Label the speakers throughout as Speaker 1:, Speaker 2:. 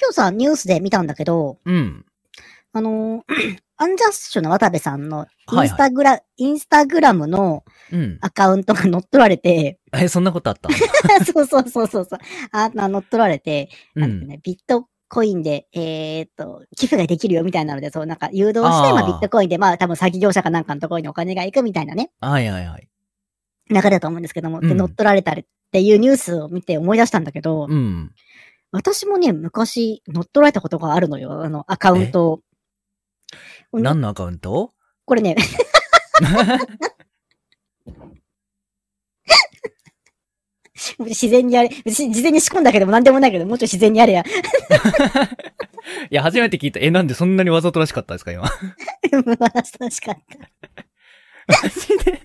Speaker 1: 今日さ、ニュースで見たんだけど、
Speaker 2: うん。
Speaker 1: あのー アンジャッシュの渡部さんの
Speaker 2: はい
Speaker 1: イ
Speaker 2: はい
Speaker 1: ンスタグラ、インスタグラムの
Speaker 2: うん。
Speaker 1: アカウントが乗っ取られて、
Speaker 2: え、そんなことあった
Speaker 1: そうそうそうそうそう、あな乗っ取られて、
Speaker 2: う
Speaker 1: なんか
Speaker 2: ん。
Speaker 1: ね、ビットコインで、えーっと、寄付ができるよみたいなので、そうなんか誘導して、ま
Speaker 2: あ
Speaker 1: あ
Speaker 2: ー
Speaker 1: ビットコインで、まあ多分詐欺業者かなんかのところにお金が行くみたいなね、
Speaker 2: はいはいはい。
Speaker 1: 流れだと思うんですけども、
Speaker 2: う
Speaker 1: で、
Speaker 2: ん
Speaker 1: 乗っ取られたりっていうニュースを見て思い出したんだけど、
Speaker 2: うん。
Speaker 1: 私もね、昔乗っ取られたことがあるのよ、あの、アカウントを。うん
Speaker 2: 何のアカウント
Speaker 1: こ れね、自然にやれ、別に事前に仕込んだけでも何でもないけど、もうちょい自然にやれや。
Speaker 2: いや、初めて聞いた。え、なんでそんなにわざとらしかったですか、今。
Speaker 1: 無駄な楽しかった。
Speaker 2: マジで。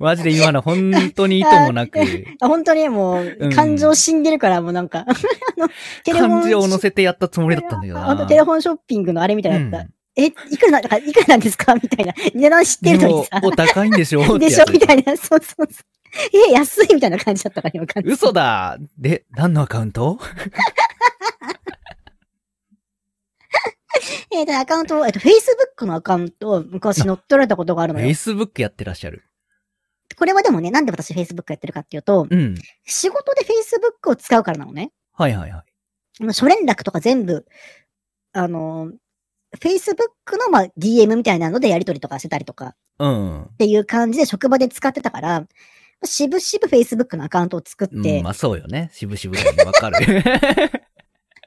Speaker 2: マジで今の本当に意図も なく、
Speaker 1: あ本当にもう
Speaker 2: う、ん
Speaker 1: 感情死んでるから、もうなんか、 あの、テレフォン
Speaker 2: 感情を乗せてやったつもりだったんだけど
Speaker 1: あ
Speaker 2: な。
Speaker 1: 本当テレフォンショッピングのあれみたいだった。
Speaker 2: うん
Speaker 1: え、いくらな、いくらなんですか みたいな。値段知ってるのにさ
Speaker 2: でも。お高いんでしょって
Speaker 1: でし
Speaker 2: や
Speaker 1: ょ
Speaker 2: つ
Speaker 1: みたいな。 そうそうそう。え、安いみたいな感じだったから、今感じ。
Speaker 2: 嘘だで、何のアカウント
Speaker 1: えーと、アカウントを、えっと、Facebook のアカウントを昔乗っ取られたことがあるのよ。
Speaker 2: ?Facebook やってらっしゃる。
Speaker 1: これはでもね、なんで私 Facebook やってるかっていうと、
Speaker 2: うん。
Speaker 1: 仕事で Facebook を使うからなのね。
Speaker 2: はいはいはい。
Speaker 1: もう初連絡とか全部、あのー、Facebook の、まあ、DM みたいなのでやり取りとかしてたりとか
Speaker 2: うん
Speaker 1: っ。ていう感じで職場で使ってたから、しぶしぶ Facebook のアカウントを作
Speaker 2: う
Speaker 1: っ
Speaker 2: ん
Speaker 1: て、
Speaker 2: まあそうよね。渋々だよね。わかる。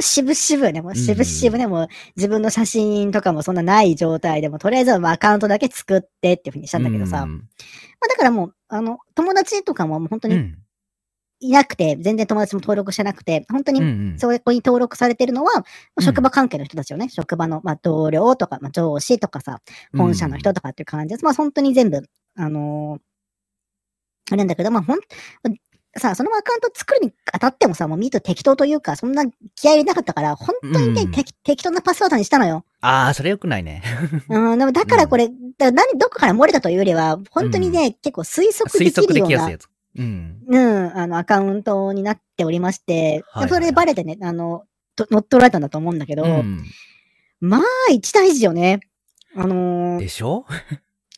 Speaker 1: しぶしぶね、もう
Speaker 2: うん
Speaker 1: しぶしぶね、もう自分の写真とかもそんなない状態でも、とりあえずはまあアカウントだけ作ってっていうふうにしたんだけどさ、
Speaker 2: う
Speaker 1: ま
Speaker 2: ん
Speaker 1: あだからもう、あの、友達とかももう本当
Speaker 2: う
Speaker 1: に
Speaker 2: ん。
Speaker 1: いなくて、全然友達も登録してなくて、本当
Speaker 2: うんう
Speaker 1: に
Speaker 2: ん。
Speaker 1: そこに登録されてるのは、
Speaker 2: うん
Speaker 1: 職場関係の人たちよね、職場の、まあ、同僚とか、まあ、上司とかさ、本社の人とかっていう感じです。まあ本当に全部、あのーあれなんだけど、まあほん、さ、そのアカウント作るにあたってもさ、もうミート適当というか、そんな気合い入れなかったから、本当にね、
Speaker 2: うん
Speaker 1: 適適当なパスワードにしたのよ。
Speaker 2: ああ、それ良くないね。
Speaker 1: うん、でもだからこれ、だから何、どっかから漏れたというよりは、本当にね、結構推測
Speaker 2: 推
Speaker 1: でき
Speaker 2: 測
Speaker 1: る
Speaker 2: で
Speaker 1: よう
Speaker 2: きやすい
Speaker 1: な、
Speaker 2: やつ。うん。
Speaker 1: うん、あの、アカウントになっておりまして、
Speaker 2: はいはいはい
Speaker 1: それでバレてね、あの、と乗っ取られたんだと思うんだけど、
Speaker 2: うん
Speaker 1: まあ、一大事よね。あのー
Speaker 2: でしょ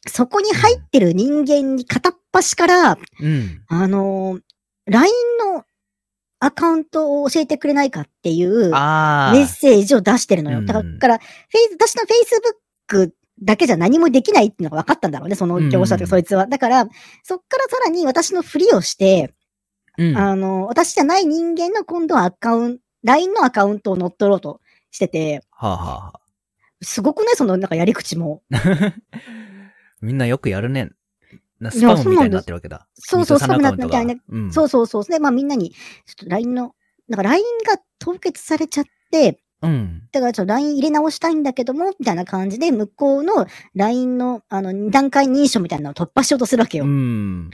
Speaker 1: そこに入ってる人間に片っ端から、
Speaker 2: うん。
Speaker 1: あのー、LINE のアカウントを教えてくれないかっていうメ
Speaker 2: あ
Speaker 1: ッ
Speaker 2: あ。
Speaker 1: セージを出してるのよ。
Speaker 2: うん
Speaker 1: だから、からフェイス私の Facebook だけじゃ何もできないっていうのが分かったんだろうね、その業者と
Speaker 2: うん
Speaker 1: そいつは。だから、そっからさらに私のふりをして、
Speaker 2: うん。
Speaker 1: あのー、私じゃない人間の今度はアカウント、LINE のアカウントを乗っ取ろうとしてて、
Speaker 2: はあはあはあ。
Speaker 1: すごくね、そのなんかやり口も。
Speaker 2: みんなよくやるね。なスパムみたいになってるわけだ。
Speaker 1: そうそう、
Speaker 2: ミ
Speaker 1: そ
Speaker 2: トさ
Speaker 1: うん
Speaker 2: の
Speaker 1: な
Speaker 2: ア
Speaker 1: ん
Speaker 2: カウン
Speaker 1: み
Speaker 2: トが
Speaker 1: たいな。
Speaker 2: うん。
Speaker 1: そうそうそう。で、まあみんなに、ちょっと LINE の、なんか LINE が凍結されちゃって、
Speaker 2: うん。
Speaker 1: だからちょっと LINE 入れ直したいんだけども、みたいな感じで、向こうの LINE の、あの、二段階認証みたいなのを突破しようとするわけよ。
Speaker 2: うん。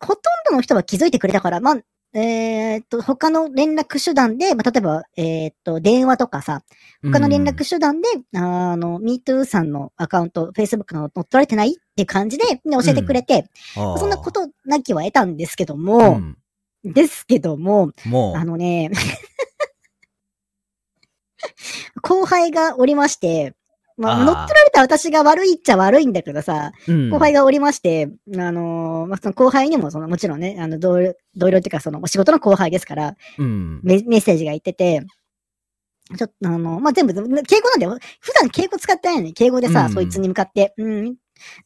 Speaker 1: ほとんどの人は気づいてくれたから、まあ、えーっと、他の連絡手段で、まあ、例えば、えーっと、電話とかさ、他の連絡手段で、あの、MeToo さんのアカウント、Facebook の乗っ取られてないっていう感じで、みんな教えてくれて、
Speaker 2: うん、
Speaker 1: そんなことなきは得たんですけど
Speaker 2: と
Speaker 1: も、ですけども、
Speaker 2: も
Speaker 1: あのね、 後輩がおりまして、ま
Speaker 2: あ
Speaker 1: あ、
Speaker 2: ー
Speaker 1: 乗っ取られた私が悪いっちゃ悪いんだけどさ、
Speaker 2: う、うん
Speaker 1: 後輩がおりまして、あのーまあ、その後輩にも、その、もちろんね、あの、同僚、同僚っていうか、その、お仕事の後輩ですから、
Speaker 2: うん。
Speaker 1: メメッセージが言ってて、ちょっと、あの、まあ、全部、敬語なんだよ。普段敬語使ってないのに、敬語でさ、
Speaker 2: うん
Speaker 1: そいつに向かって、うん、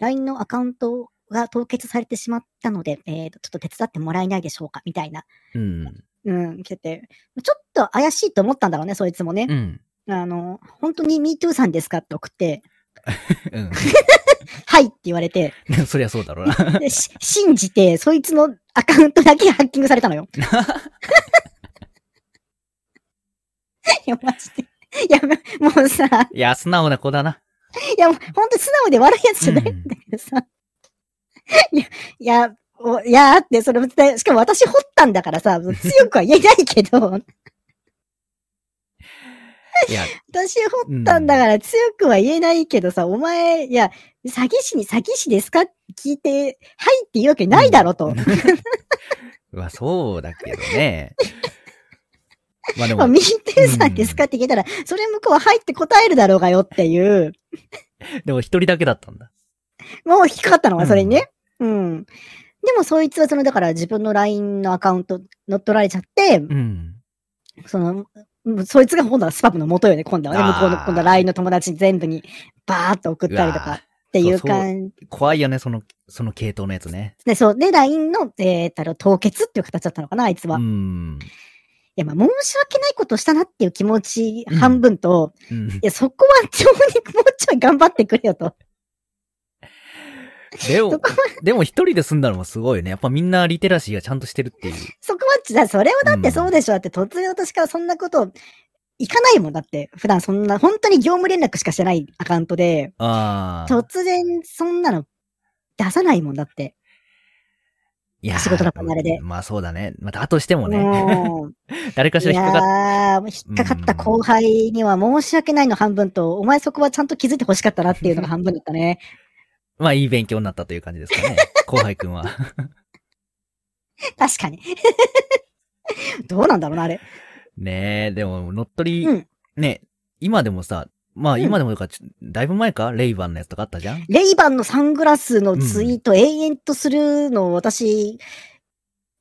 Speaker 1: LINE のアカウントが凍結されてしまったので、えーと、ちょっと手伝ってもらえないでしょうか、みたいな。
Speaker 2: うん。
Speaker 1: うん、来てて、ちょっと怪しいと思ったんだろうね、そいつもね
Speaker 2: う。ん。
Speaker 1: あの、本当に MeToo さんですかって送って、
Speaker 2: うん。
Speaker 1: はいって言われて、
Speaker 2: そりゃそうだろうな。
Speaker 1: でし 信じて、そいつのアカウントだけハッキングされたの よ。いや、マジで。いや、もうさ、
Speaker 2: いや、素直な子だな。
Speaker 1: いや、もう本当に素直で悪いやつじゃない
Speaker 2: うん
Speaker 1: んだけどさ。いや、いや、おいやーって、それも伝えしかも私掘ったんだからさ、強くは言えないけ ど、
Speaker 2: いや、
Speaker 1: 私掘ったんだから強くは言えないけどさ、お前、いや、詐欺師に詐欺師ですかって聞いて、はいって言うわけないだろと。
Speaker 2: まあそうだけどね。まあで
Speaker 1: まあ、
Speaker 2: も、
Speaker 1: ミーテーさんですかって聞いたら、それ向こうは入って答えるだろうがよっていう、
Speaker 2: でも一人だけだったんだ。
Speaker 1: もう引っかかったのが、それに
Speaker 2: うん
Speaker 1: ね。うん。でも、そいつは、その、だから自分の LINE のアカウント乗っ取られちゃって、
Speaker 2: うん。
Speaker 1: その、うんそいつが今度はスパムの元よね、今度はね、
Speaker 2: あー
Speaker 1: 向こうの、今度は LINE の友達全部に、バーっと送ったりと
Speaker 2: うわ
Speaker 1: か、っていう感じ。
Speaker 2: 怖いよね、その、その系統のやつね。
Speaker 1: で、そう。で、LINE の、えー、たら凍結っていう形だったのかな、あいつは。
Speaker 2: う
Speaker 1: い
Speaker 2: ん。
Speaker 1: や、まあ、申し訳ないことしたなっていう気持ち
Speaker 2: うん
Speaker 1: 半分と、
Speaker 2: うん
Speaker 1: いや、そこは、情にもうちょい頑張ってくれよと。
Speaker 2: で
Speaker 1: そ
Speaker 2: も
Speaker 1: こ、
Speaker 2: でも一人で住んだのもすごいね。やっぱみんなリテラシーがちゃんとしてるっていう。
Speaker 1: そこは、じゃあそれはだっ
Speaker 2: う
Speaker 1: て
Speaker 2: ん
Speaker 1: そうでしょ。だって突然私からそんなこと、いかないもんだって。普段そんな、本当に業務連絡しかしてないアカウントで、
Speaker 2: ああ。
Speaker 1: 突然そんなの出さないもんだって。
Speaker 2: いやー
Speaker 1: 仕事の離れで
Speaker 2: まあそうだね。まあだとしてもね、
Speaker 1: もう、
Speaker 2: 誰かしら
Speaker 1: い
Speaker 2: 引っかかっ
Speaker 1: やーもう引っかかった後輩には申し訳ないの半分と、お前そこはちゃんと気づいてほしかったなっていうのが半分だったね。
Speaker 2: まあいい勉強になったという感じですか ね。後輩くんは。
Speaker 1: 確かに。 どうなんだろうな、あれ。
Speaker 2: ねえ、でも乗っ取り、
Speaker 1: うん
Speaker 2: ね今でもさ、まあ
Speaker 1: うん
Speaker 2: 今でもとか、ちだいぶ前かレイバンのやつとかあったじゃん
Speaker 1: レイバンのサングラスのツイート、永遠とするのを私、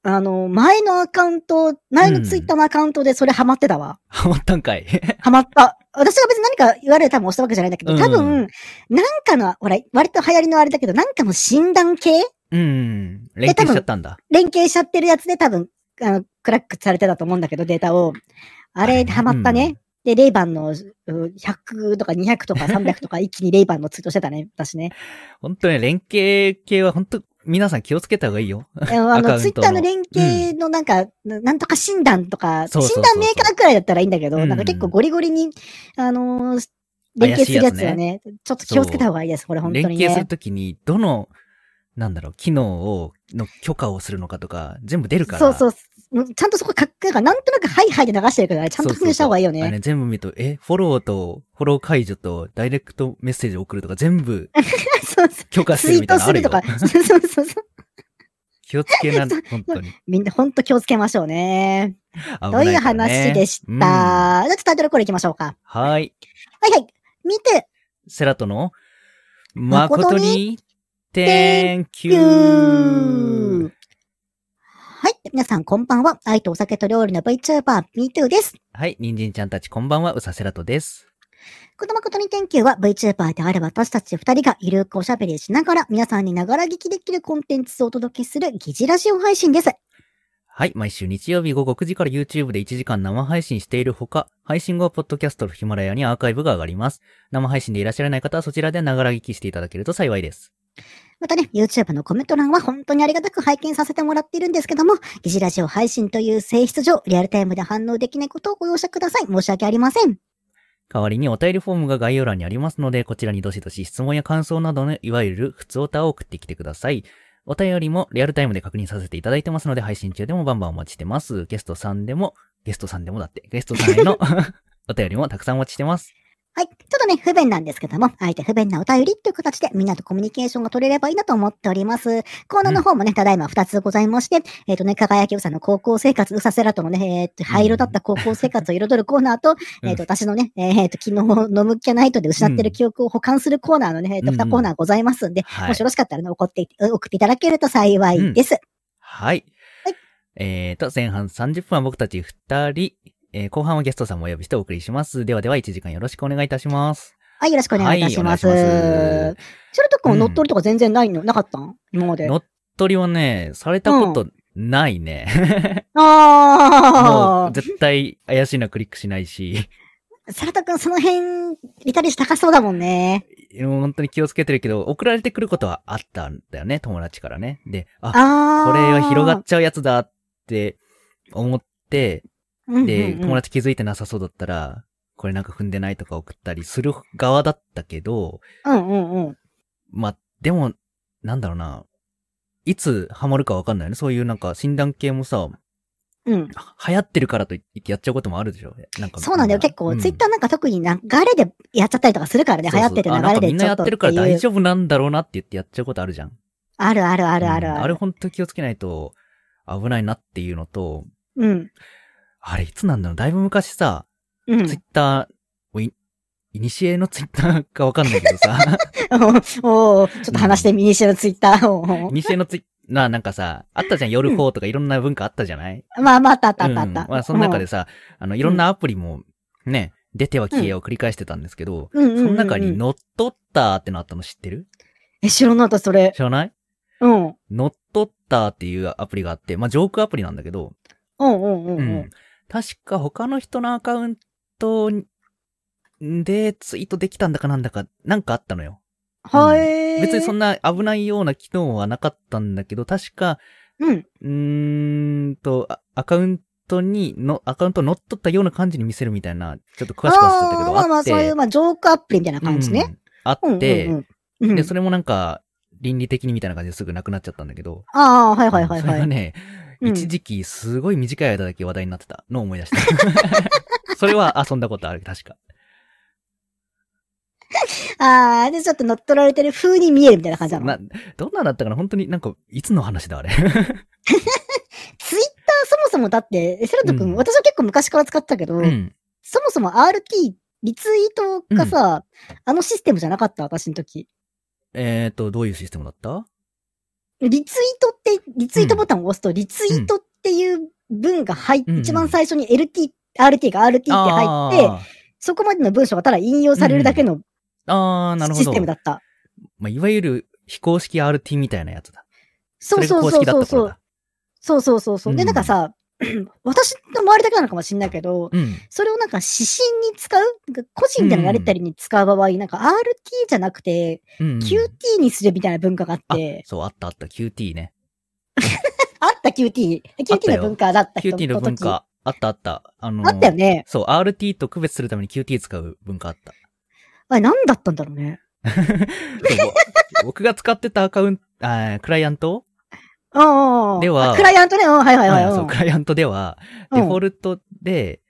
Speaker 1: あの、前のアカウント、前のツイッターのアカウントでそれハマってたわ。
Speaker 2: ハマった んかい。
Speaker 1: ハマった。私が別に何か言われる多分押したわけじゃないんだけど、多
Speaker 2: う
Speaker 1: 分、なんかの、ほら、割と流行りのあれだけど、なんかの診断系
Speaker 2: うん。連携しちゃったんだ。
Speaker 1: 連携しちゃってるやつで多分、あの、クラックされてたと思うんだけど、データを。あ
Speaker 2: あれ
Speaker 1: れ、
Speaker 2: ね
Speaker 1: ハマったね。で、レイバンのう100とか200とか300とか一気にレイバンのツイートしてたね、私ね。
Speaker 2: 本当ね、連携系は本当皆さん気をつけた方がいいよ。
Speaker 1: でもあ
Speaker 2: アカウント
Speaker 1: の、
Speaker 2: の
Speaker 1: ツイッターの連携のなんか、ななんとか診断とか、
Speaker 2: そうそうそうそ
Speaker 1: 診
Speaker 2: う
Speaker 1: 断メーカーくらいだったらいいんだけど、
Speaker 2: うん
Speaker 1: なんか結構ゴリゴリに、あのー連携するやつはね、ちょっと気をつけた方がいいです、これ本当
Speaker 2: 連
Speaker 1: に
Speaker 2: 携する
Speaker 1: ね。
Speaker 2: ときに、どの、なんだろう、機能を、の許可をするのかとか、全部出るから。
Speaker 1: そうそう。うんちゃんとそこかっこいいから、なんとなくハイハイで流してるから、あれちゃんと確認した方がいいよ
Speaker 2: あれ
Speaker 1: ね。
Speaker 2: 全部見ると、え、フォローと、フォロー解除と、ダイレクトメッセージ送るとか、全部
Speaker 1: そうそう。
Speaker 2: 許可す
Speaker 1: ツイ
Speaker 2: る
Speaker 1: ー
Speaker 2: みたい
Speaker 1: ト
Speaker 2: なのあ
Speaker 1: す
Speaker 2: る
Speaker 1: る
Speaker 2: よ
Speaker 1: と。か、そうそうそう。
Speaker 2: 気をつけな、本当 に。
Speaker 1: みんなほんと気をつけましょうね。
Speaker 2: 危
Speaker 1: と
Speaker 2: ないいうからね
Speaker 1: 話でした。
Speaker 2: うん
Speaker 1: じゃあちょっとタイトルこれいきましょうか。
Speaker 2: はい。
Speaker 1: はいはい。見て、
Speaker 2: セラトの、
Speaker 1: 誠
Speaker 2: 誠
Speaker 1: に
Speaker 2: に、Thank
Speaker 1: ゆー
Speaker 2: you!
Speaker 1: はい。皆さん、こんばんは。愛とお酒と料理の VTuber、MeToo です。
Speaker 2: はい、人参ちゃんたちこんばんは、うさセラトです。
Speaker 1: 子供ことに研究は VTuber であれば私たち二人がゆるくおしゃべりしながら皆さんにながら聞きできるコンテンツをお届けする疑似ラジオ配信です。
Speaker 2: はい、毎週日曜日午後9時から YouTube で1時間生配信しているほか、配信後はポッドキャストのヒマラヤにアーカイブが上がります。生配信でいらっしゃらない方はそちらでながら聞きしていただけると幸いです。
Speaker 1: またね、YouTube のコメント欄は本当にありがたく拝見させてもらっているんですけども、疑似ラジオ配信という性質上、リアルタイムで反応できないことをご容赦ください。申し訳ありません。
Speaker 2: 代わりにお便りフォームが概要欄にありますので、こちらにどしどし質問や感想などの、いわゆる普通オタを送ってきてください。お便りもリアルタイムで確認させていただいてますので、配信中でもバンバンお待ちしてます。ゲストさんでも、ゲストさんでもだって、ゲストさんへの お便りもたくさんお待ちしてます。
Speaker 1: はい。ちょっとね、不便なんですけども、あえて不便なお便りという形でみんなとコミュニケーションが取れればいいなと思っております。コーナーの方もね、ただいま2つございまして、えっ、とね、輝きうさの高校生活、うさせらとのね、えっ、と、灰色だった高校生活を彩るコーナーと、
Speaker 2: うん
Speaker 1: えっと、私のね、えっ、と、昨日のむっきゃナイトで失ってる記憶を補完するコーナーのね、えっ、と、
Speaker 2: うん
Speaker 1: 2コーナーございますんで、
Speaker 2: はい
Speaker 1: もしよろしかったらね、送ってい、送っていただけると幸いです。
Speaker 2: はい。
Speaker 1: はい
Speaker 2: えーと、前半30分は僕たち2人、えー後半はゲストさんもお呼びしてお送りします。ではでは1時間よろしくお願いいたします。
Speaker 1: はい、よろしくお願いいたします。
Speaker 2: はいお願いし
Speaker 1: それとかも
Speaker 2: うん
Speaker 1: 乗っ取りとか全然ないの、なかったん今まで。
Speaker 2: 乗っ取りはね、されたことないね。 も
Speaker 1: あ
Speaker 2: う
Speaker 1: あ
Speaker 2: 絶対怪しいのはクリックしないし、
Speaker 1: サラタ君その辺、リタリス高そうだもんね。
Speaker 2: もう本当に気をつけてるけど、送られてくることはあったんだよね、友達からね。で、あ、
Speaker 1: ああ。
Speaker 2: これは広がっちゃうやつだって思って、
Speaker 1: っ
Speaker 2: で、友達気づいてなさそうだったら、これなんか踏んでないとか送ったりする側だったけど、
Speaker 1: うんうんうん。
Speaker 2: まあ、でも、なんだろうな、いつハマるかわかんないよね。そういうなんか診断系もさ、
Speaker 1: うん。
Speaker 2: 流行ってるからといってやっちゃうこともあるでしょなんか
Speaker 1: そうなんだよ。結構、ツイッタ
Speaker 2: ー
Speaker 1: ーなんか特に流れでやっちゃったりとかするからね。流行ってて流
Speaker 2: なん
Speaker 1: れ
Speaker 2: かみ
Speaker 1: で
Speaker 2: ん
Speaker 1: ち
Speaker 2: な
Speaker 1: ょ
Speaker 2: や
Speaker 1: っ
Speaker 2: っ
Speaker 1: とってて
Speaker 2: るから
Speaker 1: い
Speaker 2: 大
Speaker 1: う。
Speaker 2: 丈夫なんだろうなって言ってやっちゃうことあるじゃん。
Speaker 1: あるあるあるあ
Speaker 2: うん
Speaker 1: る
Speaker 2: あ
Speaker 1: あ
Speaker 2: れ
Speaker 1: る。
Speaker 2: ほんと気をつけないと、危ないなっていうのと、
Speaker 1: うん。
Speaker 2: あれ、いつなんだろうだいぶ昔さ、
Speaker 1: うん。
Speaker 2: ツイッター、い、いにしえのツイッターかわかんないけどさ、
Speaker 1: おおちょっと話してミニシェのツイッターを
Speaker 2: い。にしえのツイッター、なんかさ、あったじゃん、夜4とかいろんな文化あったじゃない
Speaker 1: まあまあ、あったあったあ
Speaker 2: うん
Speaker 1: ったあった。
Speaker 2: まあ、その中でさ、あの、いろんなアプリも、ね、出ては消えを繰り返してたんですけど、
Speaker 1: うん、うんうんうん
Speaker 2: その
Speaker 1: うん
Speaker 2: 中に乗っ取ったってのあったの知ってる
Speaker 1: え、知らなかった、それ。
Speaker 2: 知らない
Speaker 1: うん。うん
Speaker 2: 乗っ取ったっていうアプリがあって、まあ、ジョークアプリなんだけど、
Speaker 1: うんうん
Speaker 2: う
Speaker 1: うん
Speaker 2: ん。確か他の人のアカウントにでツイートできたんだかなんだか、なんかあったのよ。
Speaker 1: はい。
Speaker 2: 別にそん
Speaker 1: な。
Speaker 2: な危ないような機能はなかったんだけど、確か、
Speaker 1: うん。
Speaker 2: うーんと、あアカウントにの、アカウント乗っ取ったような感じに見せるみたいな、ちょっと詳しく忘れ
Speaker 1: あ
Speaker 2: たけ
Speaker 1: ー
Speaker 2: ど、
Speaker 1: まあま
Speaker 2: あ
Speaker 1: あ、
Speaker 2: って。
Speaker 1: そういう、まあ、ジョークアップリみたいな感じ
Speaker 2: う
Speaker 1: ね。
Speaker 2: んあって、
Speaker 1: うんうんうん、う
Speaker 2: で、
Speaker 1: ん
Speaker 2: そ。れもなんか、倫理的にみたいな感じですぐなくなっちゃったんだけど、
Speaker 1: ああ、はいはいはい
Speaker 2: それ
Speaker 1: は
Speaker 2: が
Speaker 1: い。
Speaker 2: ね、
Speaker 1: うん
Speaker 2: 一時期すごい短い間だけ話題になってたのを思い出 した。それは遊んだことある、確か。
Speaker 1: ああ、で、ちょっと乗っ取られてる風に見えるみたいな感じなの。
Speaker 2: な、どんなんだったかな本当になんか、いつの話だ、あれ。
Speaker 1: ツイッターそもそもだって、えセロト君、
Speaker 2: うん
Speaker 1: 私は結構昔から使ってたけど、
Speaker 2: うん。
Speaker 1: そもそも RT、リツイートがさ、あのシステムじゃなかった、私の時。
Speaker 2: えっと、どういうシステムだった
Speaker 1: リツイートって、リツイートボタンを押すと、リツイートっていう文が入っ
Speaker 2: うん
Speaker 1: 一番最初に LT、RT が RT って
Speaker 2: あ
Speaker 1: 入って、そこまでの文章がただ引用されるだけの
Speaker 2: ーあー、なるほ
Speaker 1: システムだ
Speaker 2: ど。
Speaker 1: った。
Speaker 2: まあ、いわゆる非公式 RT みたいなやつだ。
Speaker 1: そう
Speaker 2: れが
Speaker 1: そう
Speaker 2: 公
Speaker 1: そう
Speaker 2: 式だ
Speaker 1: そ
Speaker 2: っ
Speaker 1: う
Speaker 2: たか
Speaker 1: そ
Speaker 2: ら
Speaker 1: う。
Speaker 2: だ。
Speaker 1: そうそうそうそう。
Speaker 2: う
Speaker 1: で、
Speaker 2: ん
Speaker 1: なんかさ、 私の周りだけなのかもしれないけど、
Speaker 2: うん。
Speaker 1: それをなんか指針に使うなんか個人でのやりたりに使う場合、なんか RT じゃなくて、
Speaker 2: うんうん。
Speaker 1: QT にするみたいな文化があって、
Speaker 2: そう、あったあった。QT ね。
Speaker 1: あった QT。
Speaker 2: あったよ
Speaker 1: QT の文化だった人
Speaker 2: QT の文化、あったあった。あの
Speaker 1: 時。あったよね。
Speaker 2: そう、RT と区別するために QT 使う文化あ った。
Speaker 1: あれ、なんだったんだろうね。
Speaker 2: そう僕が使ってたアカウント、あークライアント
Speaker 1: ああ。
Speaker 2: では
Speaker 1: あクライアントね。うん、はいはいはい。
Speaker 2: うんそう、クライアントでは、デフォ
Speaker 1: ル
Speaker 2: ルトで、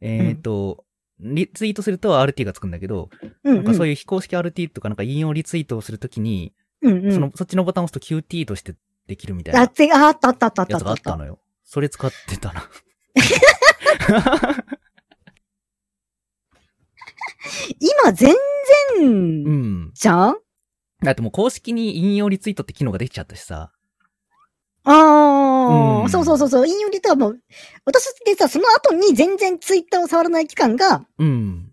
Speaker 2: えっ、と、リツイートすると RT がつくんだけど、
Speaker 1: ト
Speaker 2: なんかそう
Speaker 1: い
Speaker 2: いう非公式 RT とかなんか引用リツイートをするときに、
Speaker 1: うん、うんうん、
Speaker 2: その、そっちのボタンを押すと QT としてできるみたいな
Speaker 1: あ、ついああったあったあったあった
Speaker 2: や
Speaker 1: あ
Speaker 2: つ
Speaker 1: っ
Speaker 2: が
Speaker 1: た
Speaker 2: あったのよ。それ使って たな。
Speaker 1: 今、全
Speaker 2: う
Speaker 1: 然、
Speaker 2: ん。
Speaker 1: じゃん
Speaker 2: だってもう公式に引用リツイートって機能ができちゃったしさ。
Speaker 1: ああ、
Speaker 2: うん
Speaker 1: そうそうそうそう。引用リターンも、私ってさ、その後に全然ツイッターを触らない期間が、
Speaker 2: うん。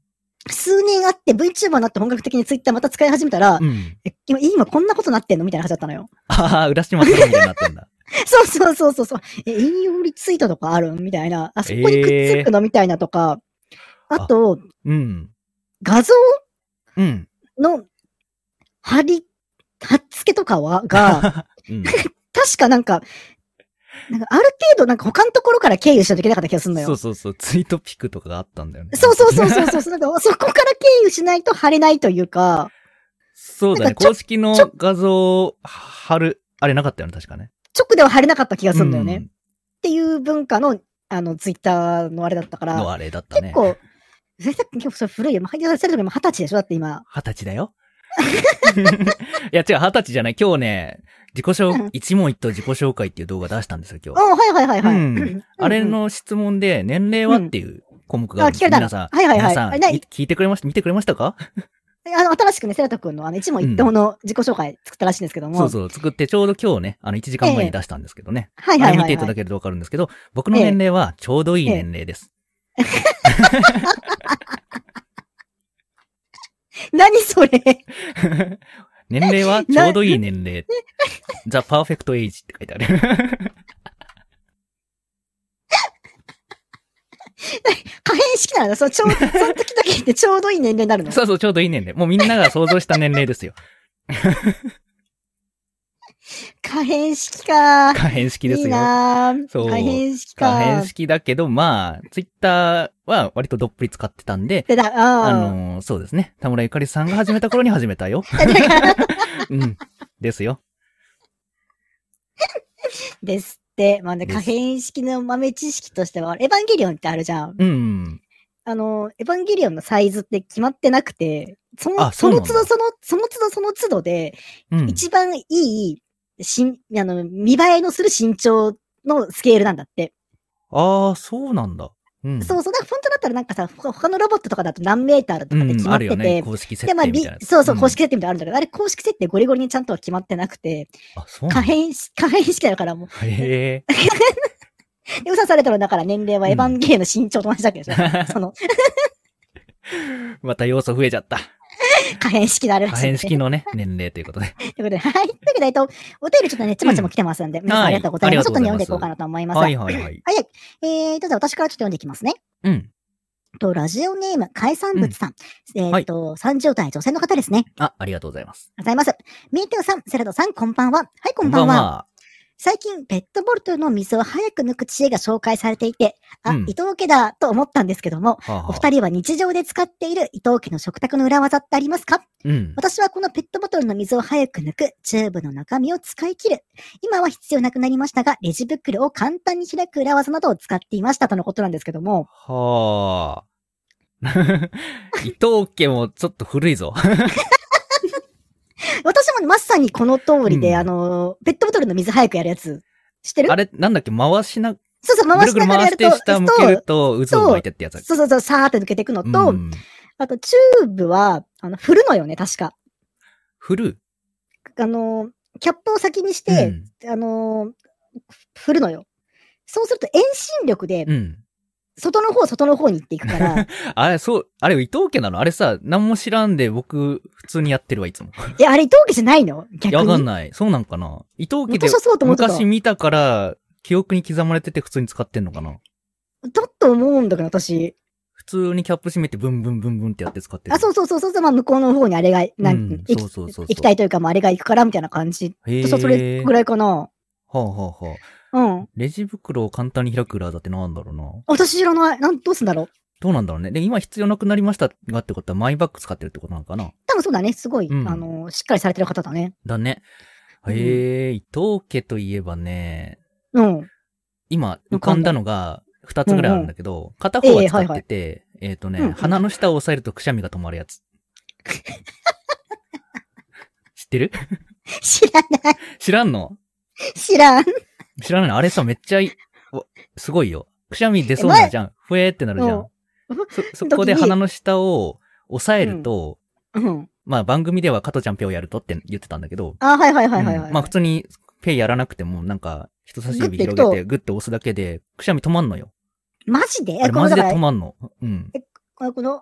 Speaker 1: 数年あって VTuber になって本格的にツイッターまた使い始めたら、
Speaker 2: うん。
Speaker 1: え今、今こんなことなってんのみたいな話だったのよ。
Speaker 2: ああ、浦島太郎みたいになってんだ。
Speaker 1: そうそうそうそうそう。え、引用リツイートとかあるみたいな。あそこにくっつくのみたいなとか。あと、
Speaker 2: うん。
Speaker 1: 画像
Speaker 2: うん。
Speaker 1: の貼り、貼っつけとかは、 が、
Speaker 2: うん、
Speaker 1: 確かなんか、なんかある程度なんか他のところから経由しないといけなかった気がするのよ
Speaker 2: そ。うそうそう、ツイートピクとかがあったんだよね。
Speaker 1: そうそうそうそうそうそう。なんかそこから経由しないと貼れないというか、
Speaker 2: そう
Speaker 1: な
Speaker 2: だね。
Speaker 1: んかちょ
Speaker 2: 公式の
Speaker 1: ちょ
Speaker 2: 画像を貼る、あれなかったよね、確かね。
Speaker 1: 直では貼れなかった気がするんだよね。
Speaker 2: う
Speaker 1: っ。ていう文化の、あの、ツイッターのあれだったから、
Speaker 2: のあれだった
Speaker 1: 結。
Speaker 2: ね
Speaker 1: 構、先生、結構それ古いよ。まあ、配される時も二十歳でしょだって今。
Speaker 2: 二十歳だよ。 いや違う、二十歳じゃない。今日ね、自己紹
Speaker 1: うん
Speaker 2: 一問一答自己紹介っていう動画出したんですよ、今
Speaker 1: あ
Speaker 2: 日。
Speaker 1: はいはいはいはい。
Speaker 2: うん
Speaker 1: うんうん
Speaker 2: あれ、の質問で、年齢はっていう項目があるんですよ
Speaker 1: あ聞かれた
Speaker 2: 皆さん、
Speaker 1: はいはいはい
Speaker 2: 皆さん、
Speaker 1: あない
Speaker 2: み聞いてくれました、見てくれましたか
Speaker 1: あの、新しくね、セラト君の、あの、一問一答の自己紹介作ったらしいんですけども。
Speaker 2: そうそう、作ってちょうど今日ね、あの、1時間前に出したんですけどね。
Speaker 1: はい
Speaker 2: あ
Speaker 1: は
Speaker 2: れ
Speaker 1: い
Speaker 2: 見
Speaker 1: は
Speaker 2: てい
Speaker 1: い、
Speaker 2: た
Speaker 1: は
Speaker 2: だ
Speaker 1: い。
Speaker 2: けるとわかるんですけど、僕の年齢はちょうどいい年齢です。
Speaker 1: 何それ
Speaker 2: 年齢 はちょうどいい年齢。The perfect age って書いてある。
Speaker 1: 可変式なのそう、ちょう、その時々ってちょうどいい年齢になるの。
Speaker 2: そうそう、ちょうどいい年齢。もうみんなが想像した年齢で すよ。
Speaker 1: 可変式か。
Speaker 2: 可変式です
Speaker 1: いい
Speaker 2: よ。
Speaker 1: なぁ
Speaker 2: そう
Speaker 1: 可変式か。
Speaker 2: 可変式だけど、まあ、ツイッターは割とどっぷり使ってたんで、
Speaker 1: でだ、あ
Speaker 2: あ
Speaker 1: あ
Speaker 2: のーそうですね。田村ゆかりさんが始めた頃に始めたよ。うん。ですよ。
Speaker 1: ですって。まあね、
Speaker 2: です
Speaker 1: 可変式の豆知識としては、エヴァンゲリオンってあるじゃん。
Speaker 2: うん。
Speaker 1: あの、エヴァンゲリオンのサイズって決まってなくて、その、
Speaker 2: あそ
Speaker 1: そう
Speaker 2: な
Speaker 1: の
Speaker 2: んだ
Speaker 1: 都度その、その都度その都度で、
Speaker 2: うん。
Speaker 1: 一番いい、しん、あの、見栄えのする身長のスケールなんだって。
Speaker 2: ああ、そうなんだ。うん。
Speaker 1: そうそう。だから本当だったらなんかさ、他他のロボットとかだと何メーターだとかって決
Speaker 2: うん、
Speaker 1: ま
Speaker 2: あ
Speaker 1: っ
Speaker 2: る
Speaker 1: て
Speaker 2: よ
Speaker 1: て、
Speaker 2: ね。公式設
Speaker 1: で、まあ、
Speaker 2: 定み
Speaker 1: り
Speaker 2: たいなやつ。
Speaker 1: そうそう、
Speaker 2: ん
Speaker 1: 公式設定みたいなのあるんだけど、あれ公式設定ゴリゴリにちゃんとは決まってなくて、
Speaker 2: あ、そうな
Speaker 1: 可
Speaker 2: んだ。
Speaker 1: 変し、可 変式だからもう、
Speaker 2: へえ。
Speaker 1: で、うさされたのだから年齢はエヴァンゲーの身長と同じだけど、その、
Speaker 2: また要素増えち ゃった。
Speaker 1: 可変式であるら
Speaker 2: 可
Speaker 1: しいん
Speaker 2: 変
Speaker 1: で。
Speaker 2: 式のね、年齢ということで。
Speaker 1: ということで、はい。というわけで、えっと、お便りちょっとね、ちまちま来てますんで、皆さんありがとうございます。ちょっと
Speaker 2: はい
Speaker 1: ね
Speaker 2: あ
Speaker 1: 読ん
Speaker 2: り
Speaker 1: で
Speaker 2: が
Speaker 1: い
Speaker 2: と
Speaker 1: こ
Speaker 2: うご
Speaker 1: うか
Speaker 2: ざいま
Speaker 1: なと思います。
Speaker 2: は
Speaker 1: はいい。
Speaker 2: はいはい。
Speaker 1: えーと、じゃあ私からちょっと読んでいきますね。
Speaker 2: うん。
Speaker 1: えっと、ラジオネーム、海産物さん。
Speaker 2: は
Speaker 1: え
Speaker 2: い
Speaker 1: っと、30代女性の方ですね。
Speaker 2: あ、ありがとうございます。
Speaker 1: ありがとうございます。ミーティさん、セラドさん、こんばんは。はい、こんばんは。最近、ペットボトルの水を早く抜く知恵が紹介されていて、あ、
Speaker 2: うん
Speaker 1: 伊藤家だと思ったんですけども、
Speaker 2: こんばんは。はあはあ
Speaker 1: お二人は日常で使っている伊藤家の食卓の裏技ってありますか
Speaker 2: うん。
Speaker 1: 私はこのペットボトルの水を早く抜く、チューブの中身を使い切る。今は必要なくなりましたが、レジ袋を簡単に開く裏技などを使っていましたとのことなんですけども、
Speaker 2: はあ。 伊藤家もちょっと古いぞ。
Speaker 1: 私もまさにこの通りで、
Speaker 2: うん
Speaker 1: あの、ペットボトルの水早くやるやつ、知ってる
Speaker 2: あれ、なんだっけ、回しな、
Speaker 1: そうそう、
Speaker 2: ぐ
Speaker 1: 回
Speaker 2: る
Speaker 1: し
Speaker 2: ぐる
Speaker 1: ながら
Speaker 2: 回
Speaker 1: や
Speaker 2: し
Speaker 1: る
Speaker 2: て
Speaker 1: と、
Speaker 2: 下向けると渦
Speaker 1: そう
Speaker 2: を巻いてってやつだっけ
Speaker 1: そうそうそう、さーって抜けていくのと、
Speaker 2: うん
Speaker 1: あとチューブは、あの、振るのよね、確か。
Speaker 2: 振る。
Speaker 1: あの、キャップを先にし
Speaker 2: う
Speaker 1: て、
Speaker 2: ん
Speaker 1: あの、振るのよ。そうすると遠心力で
Speaker 2: う、ん。
Speaker 1: 外の方、外の方に行っていく から、
Speaker 2: あれ、そう、あれ、伊藤家なのあれさ、何も知らんで僕、普通にやってるわ、いつも。
Speaker 1: え、あれ、伊藤家じゃないの
Speaker 2: い
Speaker 1: 逆
Speaker 2: やわかん
Speaker 1: に。
Speaker 2: ない。そうなんかな伊藤家で
Speaker 1: 昔はそうと思ってた。
Speaker 2: 昔見たから、記憶に刻まれてて普通に使ってんのかな
Speaker 1: だと思うんだけど、私。
Speaker 2: 普通にキャップ閉めてブンブンブンブンってやって使ってる。
Speaker 1: あ、そううそうそうそうそう、まあ、向こうの方にあれが、なん、
Speaker 2: うん
Speaker 1: 液
Speaker 2: そうそうそうそう
Speaker 1: 液体というか、まあ、あれが行くから、みたいな感じ。
Speaker 2: へえ。
Speaker 1: そう、それぐ
Speaker 2: は
Speaker 1: らいかな。
Speaker 2: あ、はあはあ、
Speaker 1: うん。
Speaker 2: レジ袋を簡単に開く裏技ってなんだろうな。
Speaker 1: 私知らない。なん、どうすんだろう。
Speaker 2: どうなんだろうね。で、今必要なくなりましたがってことはマイバッグ使ってるってことなのかな
Speaker 1: 多分そうだね。すごい、
Speaker 2: うん
Speaker 1: あの、しっかりされてる方だね。
Speaker 2: だね。
Speaker 1: うん
Speaker 2: へえ、伊藤家といえばね、
Speaker 1: うん。
Speaker 2: 今浮かんだのが2つぐらいあるんだけど、片方は使ってて、えっ、とね、
Speaker 1: うんうん
Speaker 2: 鼻の下を押さえるとくしゃみが止まるやつ。 知ってる
Speaker 1: 知らない。
Speaker 2: 知らんの
Speaker 1: 知らん。
Speaker 2: 知らないのあれさ、めっちゃい、わすごいよ。くしゃみ出そうなるじゃん。ふえーってなるじゃん
Speaker 1: うん。
Speaker 2: そ、そこで鼻の下を押さえると、
Speaker 1: うん。
Speaker 2: まあ番組では加トちゃんペをやるとって言ってたんだけど、
Speaker 1: あ、はいはいはいはい、は
Speaker 2: う
Speaker 1: い
Speaker 2: んまあ普通にペやらなくても、なんか、人差し指広げて、グッと押すだけで、くしゃみ止まんのよ。
Speaker 1: マジで
Speaker 2: あれマジで止
Speaker 1: この、
Speaker 2: まんの。うん。
Speaker 1: この、この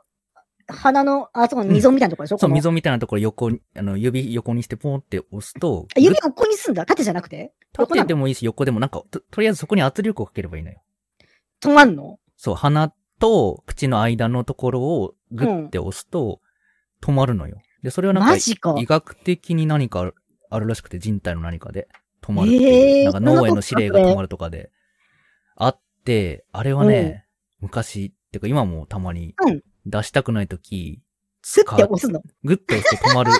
Speaker 1: 鼻の、あ、そこの溝みたいなところでしょ、
Speaker 2: そ
Speaker 1: こ
Speaker 2: う、
Speaker 1: の
Speaker 2: 溝みたいなところ横に、あの、指横にしてポンって押すと、
Speaker 1: あ指
Speaker 2: グッ
Speaker 1: をここにすんだ縦じゃなくて横
Speaker 2: 縦
Speaker 1: な
Speaker 2: で
Speaker 1: の
Speaker 2: もいいし横でも、なんか、ととりあえずそこに圧力をかければいいのよ。
Speaker 1: 止まんの
Speaker 2: そう、鼻と口の間のところをグッて押すと、止まるのよ。で、それはなんか
Speaker 1: マ、ジか。
Speaker 2: 医学的に何かあるあるらしくて、人体の何かで止まるって
Speaker 1: え
Speaker 2: い
Speaker 1: え
Speaker 2: う。なんか脳への指令が止まるとかで、あって、あれはね、昔、ってか今もたまに
Speaker 1: うん、
Speaker 2: 出したくないとき、
Speaker 1: スッて押すの。
Speaker 2: グッと押して 止まる。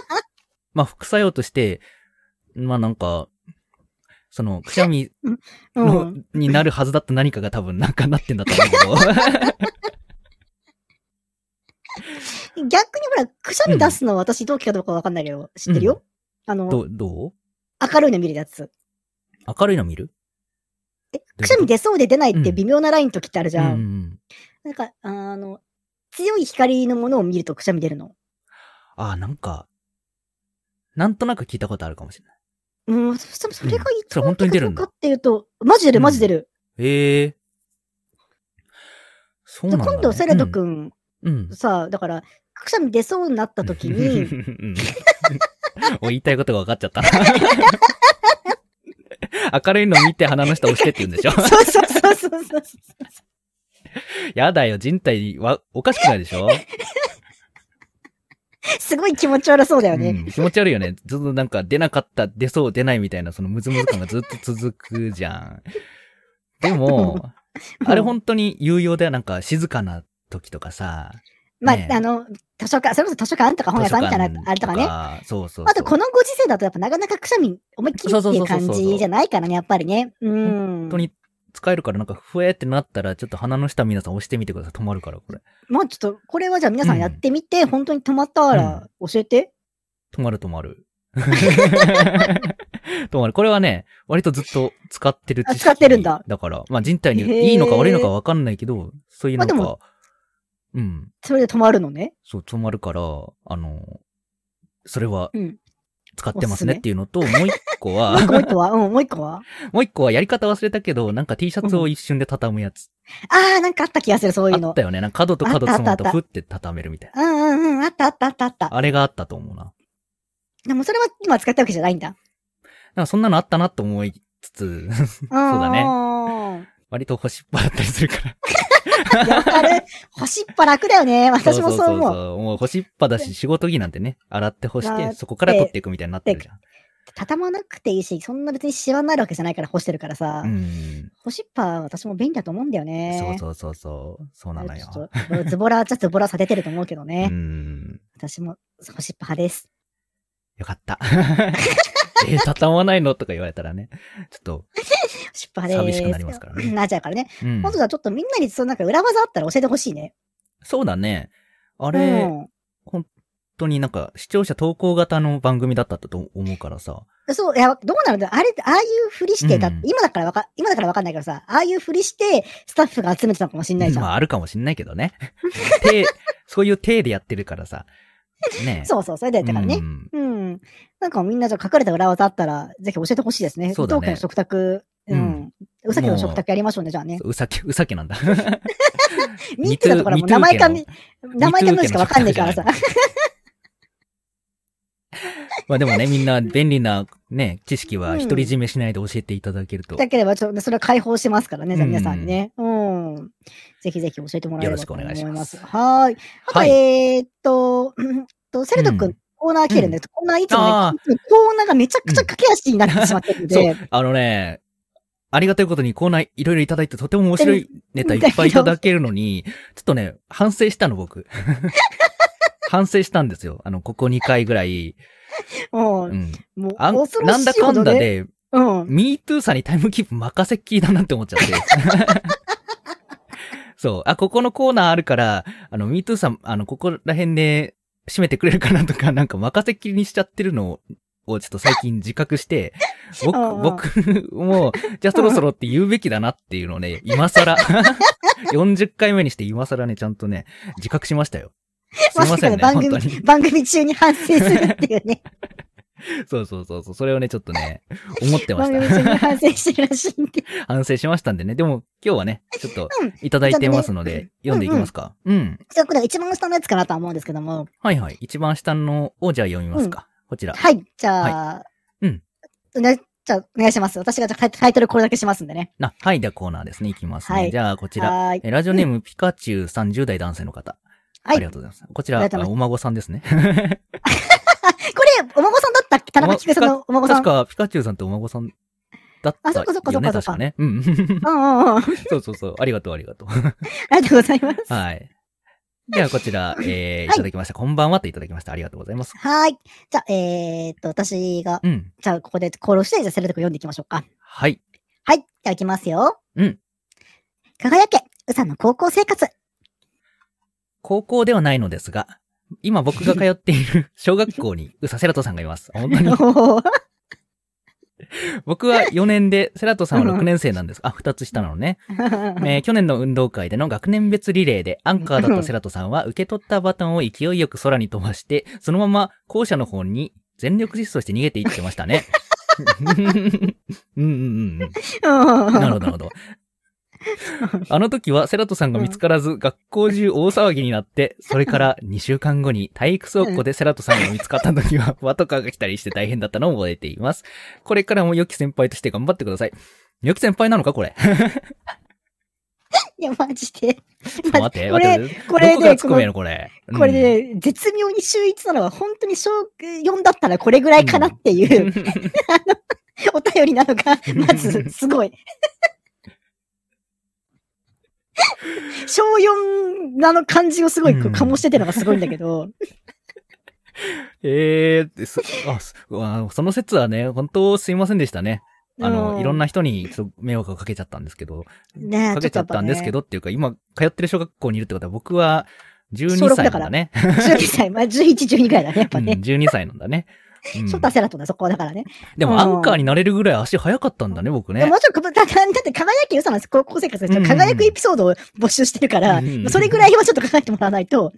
Speaker 2: まあ副作用として、まあなんか、その、くしゃみ
Speaker 1: う
Speaker 2: の、
Speaker 1: ん。
Speaker 2: になるはずだった何かが多分なんかなってんだと思うけど。
Speaker 1: 逆にほら、くしゃみ出すのは私同期かどうかわかんないけど、 知ってるよ、あの、
Speaker 2: どどう
Speaker 1: 明るいの見るやつ。
Speaker 2: 明るいの見る
Speaker 1: え、くしゃみ出そうで出ないっ
Speaker 2: う
Speaker 1: て
Speaker 2: ん
Speaker 1: 微妙なラインの時ってあるじ
Speaker 2: うんう
Speaker 1: ゃん。
Speaker 2: ん。
Speaker 1: なんか、あの、強い光のものを見るとくしゃみ出るの。
Speaker 2: あ、なんか、なんとなく聞いたことあるかもしれない。
Speaker 1: うん、そそれがいつ
Speaker 2: それ本当に出るんだ
Speaker 1: かっていうと、マジ出るマジ出る。
Speaker 2: ええそう
Speaker 1: じ
Speaker 2: な
Speaker 1: ゃ
Speaker 2: ん
Speaker 1: あ
Speaker 2: だ、ね。
Speaker 1: 今度、セレトくん、
Speaker 2: うん、うん。
Speaker 1: さ、だから、くしゃみ出そうになった時に、
Speaker 2: うんお言いたいことが分かっちゃった。 明るいの見て鼻の下押してって言うん でし ょ
Speaker 1: そうそうそうそうそう。
Speaker 2: やだよ、人体はおかしくないでしょ、
Speaker 1: すごい気持ち悪そうだよね。
Speaker 2: うん気持ち悪いよね。ずっとなんか出なかった、出そう、出ないみたいなそのムズムズ感がずっと続くじゃん。で も、あれ本当に有用だよ。なんか静かな時とかさ。
Speaker 1: まあ、
Speaker 2: ねえ
Speaker 1: あの、図書館、それこそ図書館とか本屋さんみたいな、あれとかね。
Speaker 2: ね。そうそうそう。
Speaker 1: あと、このご時世だと、やっぱなかなかくしゃみ、思いっきりっていう感じじゃないからね、やっぱりね。うん。
Speaker 2: 本当に使えるからなんかふえってなったらちょっと鼻の下皆さん押してみてください。止まるからこれ。
Speaker 1: まあ、ちょっと、これはじゃあ皆さんやってみて、本当に止まったら教えて。
Speaker 2: 止まる止まる。ともこれはね、割とずっと使ってる知識。
Speaker 1: あ使ってるんだ。
Speaker 2: だから、まあ人体に
Speaker 1: へー
Speaker 2: いいのか悪いのかわかんないけど、そういうなんか、
Speaker 1: まあで
Speaker 2: うん、
Speaker 1: それで止まるのね。
Speaker 2: そう、止まるから、あの、それは
Speaker 1: うん。
Speaker 2: 使ってま
Speaker 1: おす
Speaker 2: す
Speaker 1: すめ
Speaker 2: ねっていうのと、もう一個は
Speaker 1: も う一、個もう一個 はうん、もう一個は
Speaker 2: もう一個はやり方忘れたけど、なんか T シャツを一瞬で畳むやつ。
Speaker 1: ああ、なんかあった気がする、そういう
Speaker 2: あっ
Speaker 1: の
Speaker 2: た。よね。なんか角と角
Speaker 1: あった
Speaker 2: つまむと
Speaker 1: あったあった
Speaker 2: ふって畳めるみたいな。
Speaker 1: うんうんうん、あったあったあったあった。
Speaker 2: あれがあったと思うな。
Speaker 1: でもそれは今使ったわけじゃないん だ。
Speaker 2: なんかそんなのあったなと思いつつ、
Speaker 1: そう
Speaker 2: だね
Speaker 1: ね。
Speaker 2: 割と星っぱだったりするから。
Speaker 1: いやわか る。星っぱ楽だよね。私もそう思う。
Speaker 2: う。もう星っぱだし、仕事着なんてね、洗って干し
Speaker 1: 洗って
Speaker 2: て、そこから取っていくみたいになってるじゃん。
Speaker 1: 畳まなくていいし、そんな別にシワになるわけじゃないから干してるからさ。
Speaker 2: うん。
Speaker 1: 星っぱは私も便利だと思うんだよね。
Speaker 2: そうそうそうそう。そうなのよ。
Speaker 1: ちょっとズボラじゃ ズボラさ出てると思うけど
Speaker 2: う
Speaker 1: ね。
Speaker 2: ん。
Speaker 1: 私も星っぱ派です。
Speaker 2: よかった。 えー、畳まないのとか言われたらね、ちょっと、
Speaker 1: 星っぱ派です。
Speaker 2: 寂しくなりますからね
Speaker 1: なっちゃうからね。
Speaker 2: うん
Speaker 1: 今度はちょっとみんなにそのなんか裏技あったら教えてほしいね。
Speaker 2: そうだね。あ
Speaker 1: あ
Speaker 2: れ、
Speaker 1: う
Speaker 2: 本
Speaker 1: ん
Speaker 2: 当になんか、視聴者投稿型の番組だったと思うからさ。
Speaker 1: そう、いや、どうなるんだあれ、ああいうふりしてた、
Speaker 2: うん
Speaker 1: 今だからわか、今だからわかんないけどさ、ああいうふりして、スタッフが集めてたのかもしんないじゃん。
Speaker 2: まあ、あるかもしんないけどね。 手、そういう手でやってるからさ。ね
Speaker 1: そうそう、それで、だからね
Speaker 2: う。ん
Speaker 1: うん。なんかみんなじゃあ書かれた裏技あったら、ぜひ教えてほしいですね。
Speaker 2: そうだね
Speaker 1: 伊藤家の食卓。うん。うさぎの食卓やりましょうね、じゃあね。
Speaker 2: うさき、うさきなんだ。
Speaker 1: ミートだところはもう名前かみ、名前かみしかわかんないからさ。
Speaker 2: まあでもね、みんな便利なね、知識
Speaker 1: う
Speaker 2: は
Speaker 1: ん
Speaker 2: 独り占めしないで教えていただけると、
Speaker 1: だければ、ちょっとそれを解放しますからね、じゃあ皆さんにね。うん、ぜひぜひ教えてもらえればと思います。
Speaker 2: よろしくお願いします
Speaker 1: はーい。あと、
Speaker 2: はい
Speaker 1: えーっと、 うんと、セルト
Speaker 2: う
Speaker 1: 君
Speaker 2: ん、
Speaker 1: コーナー切るんです、コーナーいつも
Speaker 2: あ
Speaker 1: ね、いつもコーナーがめちゃくちゃ駆け足になってしまってるん
Speaker 2: そ
Speaker 1: で
Speaker 2: う、、あのね、ありがたいことにコーナーいろいろいただいてとても面白いネタいっぱいいただけるのに、ちょっとね、反省したの僕。 反省したんですよ。あの、ここ2回ぐらい。
Speaker 1: も
Speaker 2: う
Speaker 1: うん、
Speaker 2: ん。
Speaker 1: もう
Speaker 2: あん
Speaker 1: 恐ろ
Speaker 2: なんだ
Speaker 1: しい
Speaker 2: か
Speaker 1: ほ
Speaker 2: ん
Speaker 1: ど
Speaker 2: だ
Speaker 1: ね。
Speaker 2: で、
Speaker 1: うん。
Speaker 2: MeToo さんにタイムキープ任せっきりだなって思っち ゃって。そう。あ、ここのコーナーあるから、あの、MeToo さん、あの、ここら辺で締めてくれるかなとか、なんか任せっきりにしちゃってるのを、ちょっと最近自 覚して、
Speaker 1: うんうん
Speaker 2: 僕、僕も、じゃあそろそろって言うべきだなっていうのをね、今 更、40回目にして今更ね、ちゃんとね、自覚しましたよ。す
Speaker 1: ま
Speaker 2: いま
Speaker 1: さ
Speaker 2: せ
Speaker 1: か
Speaker 2: ん
Speaker 1: の
Speaker 2: ね、
Speaker 1: 番
Speaker 2: 本当
Speaker 1: 組
Speaker 2: に。、
Speaker 1: 番組中に反省するっていう ね、
Speaker 2: そうそうそうそう、それをね、ちょっとね、思ってま
Speaker 1: 番
Speaker 2: し
Speaker 1: 組
Speaker 2: た。
Speaker 1: 中に反省してるらしいんで。
Speaker 2: 反省しましたんでね。でも、今日はね、ちょっと
Speaker 1: うん、
Speaker 2: いただいてますの
Speaker 1: ちょっと
Speaker 2: で
Speaker 1: ね、
Speaker 2: 読んでいきますか。うん。
Speaker 1: じゃあ、これ一番下のやつかなとは思うんですけども、
Speaker 2: はいはい。一番下のをじゃあ読みますか。こちら。
Speaker 1: はい、じゃあ、
Speaker 2: うん
Speaker 1: ねじゃあ、お願いします。私がじゃあタイタイトルこれだけしますんでね。
Speaker 2: な、はい、ではコーナーですね。いきます
Speaker 1: は
Speaker 2: ね。
Speaker 1: い
Speaker 2: じゃあ、こちら。
Speaker 1: はーい。
Speaker 2: えラジオネーム、ピカチュウ30代男性の方。
Speaker 1: は
Speaker 2: あ
Speaker 1: い
Speaker 2: りが。とうございます。こちら、
Speaker 1: ありが
Speaker 2: あ
Speaker 1: とうござい
Speaker 2: お孫さんですね。
Speaker 1: これ、お孫さんだったっけ田中菊さんのお孫さ
Speaker 2: 確
Speaker 1: ん。
Speaker 2: か、ピカチュウさんってお孫さんだった
Speaker 1: あそっかそっか
Speaker 2: よね、
Speaker 1: そっかそっ
Speaker 2: 確
Speaker 1: か
Speaker 2: かね。う
Speaker 1: うん
Speaker 2: ん。
Speaker 1: うんうん。あ
Speaker 2: そうそうそう。ありがとう、ありがと
Speaker 1: りがとうございます。
Speaker 2: う。はい。では、こちら、えー、
Speaker 1: はい
Speaker 2: いただきました。こんばんはといただきました。ありがとうございます。
Speaker 1: はーい。じゃあ、えー、っと、私が、
Speaker 2: うん。
Speaker 1: じゃあ、ここでコールをして、じゃあ、セルト君読んでいきましょうか。
Speaker 2: はい。
Speaker 1: はい。じゃあ、いきますよ。
Speaker 2: うん。
Speaker 1: 輝け、うさの高校生活。
Speaker 2: 高校ではないのですが、今僕が通ってい る小学校にうさセラトさんがいます。本当に。
Speaker 1: おー
Speaker 2: 僕は4年で、セラトさんは
Speaker 1: うん
Speaker 2: 6年生なんです。あ、2つ下なのね。えー去年の運動会での学年別リレーで、アンカーだったセラトさんは受け取ったバトンを勢いよく空に飛ばして、そのまま校舎の方に全力疾走して逃げていってました ね。うんうんうんうん。なるほど、なるほ ど。あの時はセラトさんが見つからず、学校中大騒ぎになって、それから2週間後に体育倉庫でセラトさんが見つかった 時は、ワトカーが来たりして大変だったのを覚えています。これからも良き先輩として頑張ってください。良き先輩なのかこれ。
Speaker 1: いや、マジで。
Speaker 2: 待って、
Speaker 1: こ
Speaker 2: 待っ
Speaker 1: れ、
Speaker 2: て。
Speaker 1: これ
Speaker 2: どこが
Speaker 1: で、
Speaker 2: 突っ込めるのこれ。
Speaker 1: このこれで、絶妙に秀逸なのは、本当に小4だったらこれぐらいかなっていうう、
Speaker 2: ん
Speaker 1: お便りなの が、まず、すごい。 小4なの感じをすごいこう
Speaker 2: うん
Speaker 1: 醸しててるのがすごいんだけど、
Speaker 2: えーですあすあその説はね、本当すいませんでしたね。 あ
Speaker 1: うん
Speaker 2: の、いろんな人にちょっと迷惑をかけちゃったんですけど。
Speaker 1: ねえ
Speaker 2: かけちゃったんです けどっていうか、今通ってる小学校にいるってことは僕は
Speaker 1: 小
Speaker 2: 12
Speaker 1: 六
Speaker 2: 歳
Speaker 1: だ
Speaker 2: なん
Speaker 1: から
Speaker 2: だね。
Speaker 1: 12歳、まあ11、12ぐらいだね、やっぱ
Speaker 2: うん
Speaker 1: ね。
Speaker 2: 12歳なんだね。うん
Speaker 1: ショタセラトだ、そこはだからね。
Speaker 2: で
Speaker 1: う
Speaker 2: も
Speaker 1: ん
Speaker 2: アンカーになれるぐらい足早かったんだね、僕
Speaker 1: で
Speaker 2: ね
Speaker 1: も。ちろん、だだだって輝き良さなんです、高校生活で
Speaker 2: うんうん
Speaker 1: 輝くエピソードを募集してるから、
Speaker 2: うん
Speaker 1: それぐらいはちょっと考えてもらわないと。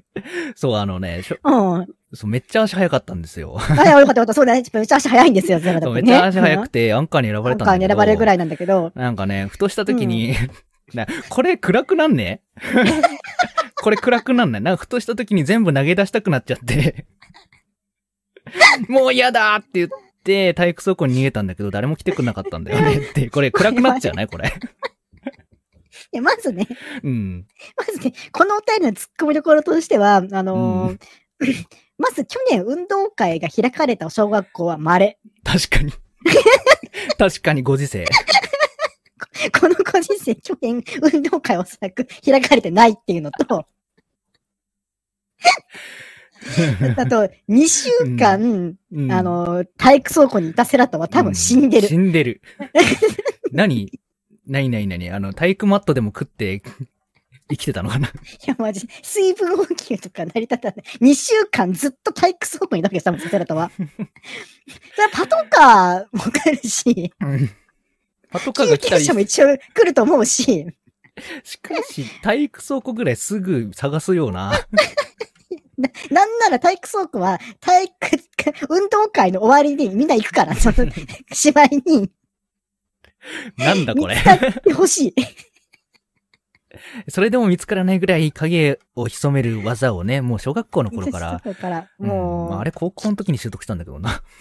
Speaker 2: そう、あのね、しょ
Speaker 1: うん。
Speaker 2: そうめっちゃ足早かったんですよ。
Speaker 1: あ、いやよかったよかった。そうだね。ちょっとめっちゃ足早いんですよ、だから
Speaker 2: そう
Speaker 1: ね。
Speaker 2: めっちゃ足早く
Speaker 1: て。
Speaker 2: て、アンカーに選ば
Speaker 1: な
Speaker 2: れ
Speaker 1: ん
Speaker 2: たんだ
Speaker 1: か
Speaker 2: けど。
Speaker 1: 選ばれるぐらいなんだけど。
Speaker 2: なんかね、ふとした時に、 なこれ暗くなんね これ暗くなんないなんかふとした時に全部投げ出したくなっちゃって。 もう嫌だって言って、体育倉庫に逃げたんだけど、誰も来てくれなかったんだよねって。これ暗くなっちゃうね、これ。
Speaker 1: いや、まずね、
Speaker 2: うん。
Speaker 1: まずね、このお便りの突っ込みどころとしては、あのー
Speaker 2: う
Speaker 1: まず去年運動会が開かれた小学校は稀。
Speaker 2: 確かに。確かにご時世。
Speaker 1: このご時世、去年運動会はおそらく開かれてないっていうの と、あと、2週間、
Speaker 2: うん
Speaker 1: あ、のー、体育倉庫にいたセラトは多分死んで
Speaker 2: う
Speaker 1: る。
Speaker 2: 死んでる。何何何何あの、体育マットでも食って、生きてたのかない
Speaker 1: や、マジ、水分補給とか成り立たない。2週間ずっと体育倉庫にいたわけです、多分セラト は。それはパトカーも来るし、
Speaker 2: うんパトカー
Speaker 1: 救
Speaker 2: が来た
Speaker 1: 急
Speaker 2: り
Speaker 1: 車も一応来ると思うし、
Speaker 2: しかし、体育倉庫ぐらいすぐ探すよ うな。
Speaker 1: なんなら体育倉庫は、体育、運動会の終わりにみんな行くから、そ の、しまいに、
Speaker 2: なんだこ
Speaker 1: 見
Speaker 2: れ
Speaker 1: つ。かってほしい。
Speaker 2: それでも見つからないぐらい影を潜める技をね、もう小学校の頃から。
Speaker 1: だから、
Speaker 2: う ん
Speaker 1: も
Speaker 2: まああ
Speaker 1: う、
Speaker 2: れ高校の時に習得したんだけどな。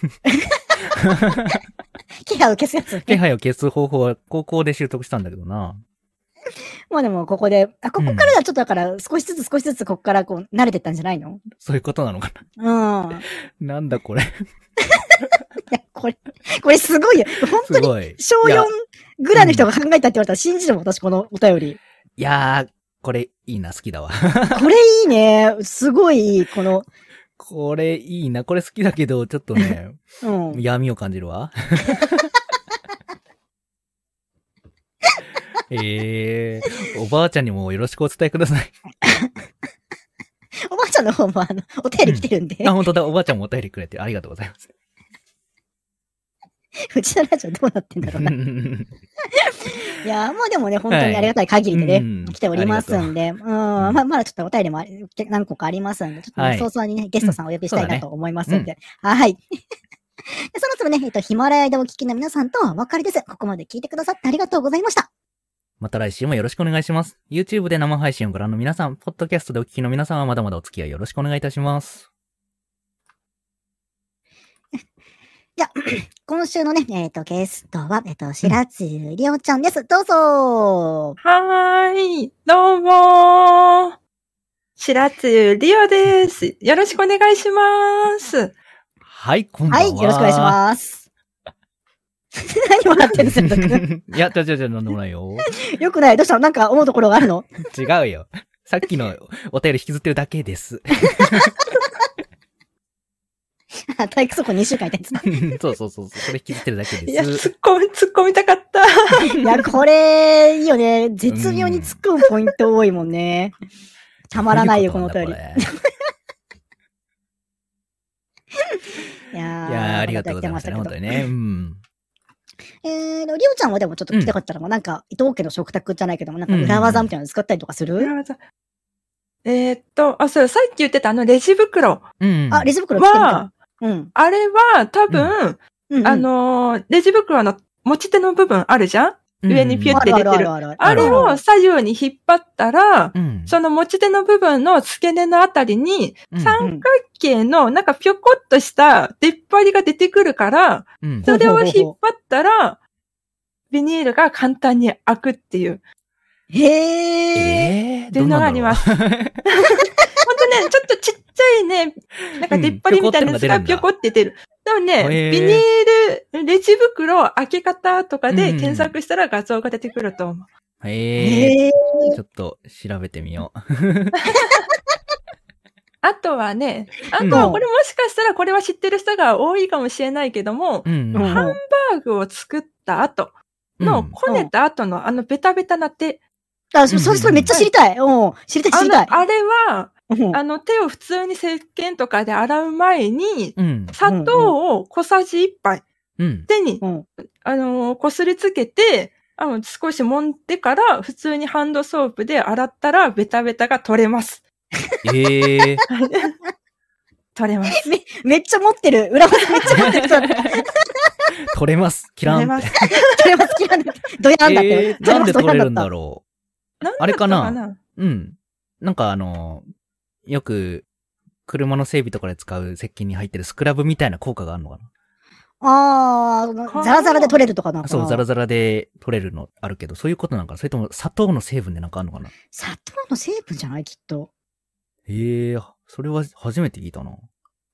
Speaker 1: 気配を消すやつ。
Speaker 2: 気配を消す方法は高校で習得したんだけどな。
Speaker 1: もうでも、ここで、あ、ここからはちょっとだから、少しずつ少しずつここからこう、慣れてったんじゃないの
Speaker 2: そういうことなのか
Speaker 1: うん。いや、
Speaker 2: な。なんだこれ。
Speaker 1: これ、これすごいよ。本当
Speaker 2: す
Speaker 1: に、
Speaker 2: ごい。
Speaker 1: 小
Speaker 2: いや
Speaker 1: 4ぐらいの人が考えたって言われたら信じるもん、私、このお便り。
Speaker 2: いやー、これいいな、好きだわ。
Speaker 1: これいいね。すごいいい、この、
Speaker 2: これいいな、これ好きだけど、ちょっとね、
Speaker 1: うん。
Speaker 2: 闇を感じ るわ。えー、おばあちゃんにもよろしくお伝えくだ さい。
Speaker 1: おばあちゃんの方も、あの、お便り来てるんで。
Speaker 2: あ、本当だ。おばあちゃんもお便りくれてありがとうございます。
Speaker 1: うちのラジオどうなってんだろうな。いやー、もうでもね、本当にありがたい限りでね、
Speaker 2: うん
Speaker 1: 来ておりますんで、うん、
Speaker 2: う
Speaker 1: ま
Speaker 2: ん
Speaker 1: だまだちょっとお便りもあり何個かありますんで、ちょっとね、
Speaker 2: はい
Speaker 1: 早々にね、ゲストさんをお呼びした
Speaker 2: う
Speaker 1: い
Speaker 2: んそうだ
Speaker 1: な
Speaker 2: ね
Speaker 1: と思いますんで、はい。 でそろそろね、えっと、ヒマラヤでお聞きの皆さんとはお別れです。ここまで聞いてくださってありがとうございました。
Speaker 2: また来週もよろしくお願いします。YouTube で生配信をご覧の皆さん、ポッドキャストでお聞きの皆さんはまだまだお付き合いよろしくお願いいたします。
Speaker 1: 今週のね、えっ、と、ゲストは、えっ、と、白津りおちゃんです。どうぞ
Speaker 3: はーい、どうもー。白津りおです。よろしくお願いします。
Speaker 2: はい、こんばん
Speaker 1: は
Speaker 2: は。
Speaker 1: い、よろしくお願いし
Speaker 2: す。
Speaker 1: ます。何笑ってるんですか
Speaker 2: いや、ちょちょちょ、なんでもないよ。
Speaker 1: よくないどうしたのなんか思うところがあるの
Speaker 2: 違うよ。さっきのお便り引きずってるだ けです。
Speaker 1: あ体育倉庫2週間いたやつ。
Speaker 2: そうそうそうそう。それ引きずってるだけ
Speaker 3: いや、
Speaker 2: で
Speaker 3: 突
Speaker 2: す。
Speaker 3: っ込み、突っ込みたかった。
Speaker 1: いや、これ、いいよね。絶妙に突っ込むポイント多いもんね。たまらないよ、このお便り。
Speaker 2: どう
Speaker 1: いう
Speaker 2: となんだこれ
Speaker 1: や
Speaker 2: いやーありがとうございましたね、本当に
Speaker 1: ね。
Speaker 2: ね。うん。
Speaker 1: えーと、りおちゃんはでもちょっと聞きたかったのが、なんか、伊藤家の食卓じゃないけども、なんか裏技みたいなの使ったりとかする、
Speaker 3: えーっと、あ、そう、さっき言ってたあのレジ袋
Speaker 2: うん。
Speaker 1: あ、レジ袋つけてみたの
Speaker 3: は、
Speaker 1: うん。
Speaker 3: あれは多分、
Speaker 1: うんうん
Speaker 3: あ、のーレジ袋の持ち手の部分あるじゃん上にピュッ
Speaker 1: あ
Speaker 3: て
Speaker 1: る
Speaker 3: 入
Speaker 1: あ
Speaker 3: れ
Speaker 1: る
Speaker 3: てる
Speaker 1: あるある。
Speaker 3: あれを左右に引っ張ったら、
Speaker 2: うん。
Speaker 3: その持ち手の部分の付け根のあたりに、
Speaker 2: うん
Speaker 3: 三角形のなんかぴょこっとした出っ張りが出てくるから、
Speaker 2: うん
Speaker 1: ほう
Speaker 3: それ
Speaker 1: ほうほう
Speaker 3: を引っ張ったら、ビニールが簡単に開くっていう。
Speaker 1: へえ。
Speaker 2: えー、。
Speaker 3: っていうのがありますほんとね、ちょっとちっちゃい ね、なんか出っ張りみたいなやつ
Speaker 2: う
Speaker 3: が
Speaker 2: ん
Speaker 3: ぴ
Speaker 2: ぴょ
Speaker 3: ょ
Speaker 2: こ
Speaker 3: こって出る。でも
Speaker 2: へー
Speaker 3: ね、ビニール、レジ袋開け方とかで
Speaker 2: うん
Speaker 3: 検索したら画像が出てくると思う。
Speaker 2: ええ
Speaker 1: へえ。
Speaker 2: ちょっと調べてみよう。
Speaker 3: あとはね、あ
Speaker 2: うん
Speaker 3: とはこれもしかしたらこれは知ってる人が多いかもしれないけども、
Speaker 2: うん
Speaker 1: うん
Speaker 3: ハンバーグを作った後の、こねた後のあのベタベタな手、
Speaker 1: あ、そそれ、それめっちゃ知りたい。うん。知りたい、知
Speaker 3: あ
Speaker 1: りたい
Speaker 3: の、。あれは、
Speaker 1: うん
Speaker 3: あの、手を普通に石鹸とかで洗う前に、
Speaker 2: うん。
Speaker 3: 砂糖を小さじ1杯、
Speaker 2: うん。
Speaker 3: 手に、
Speaker 1: うん。
Speaker 3: あのーこすりつけて、あの、少し揉んでから、普通にハンドソープで洗ったら、ベタベタが取れます。
Speaker 2: ええ
Speaker 3: 取れます。
Speaker 1: め、めっちゃ持ってる。裏技めっちゃ持ってる。取
Speaker 2: 取れます。キラ
Speaker 3: 取れ
Speaker 2: ン。
Speaker 3: ます。
Speaker 1: れます、好きなんだ。ドヤなんだっ
Speaker 2: え
Speaker 1: て。
Speaker 2: ーなんで取れるんだ
Speaker 1: う。
Speaker 2: ろ
Speaker 3: なんだった
Speaker 2: あれかな
Speaker 3: な
Speaker 2: う。うん。なんかあの、よく、車の整備とかで使う石鹸に入ってるスクラブみたいな効果があるのかな
Speaker 1: あー、ザラザラで取れるとかなん
Speaker 2: あ
Speaker 1: か。
Speaker 2: そう、ザラザラで取れるのあるけど、そういうことなんかなそれとも砂糖の成分でなんかあるのかな
Speaker 1: 砂糖の成分じゃないきっと。
Speaker 2: ええそれは初めて聞いたな。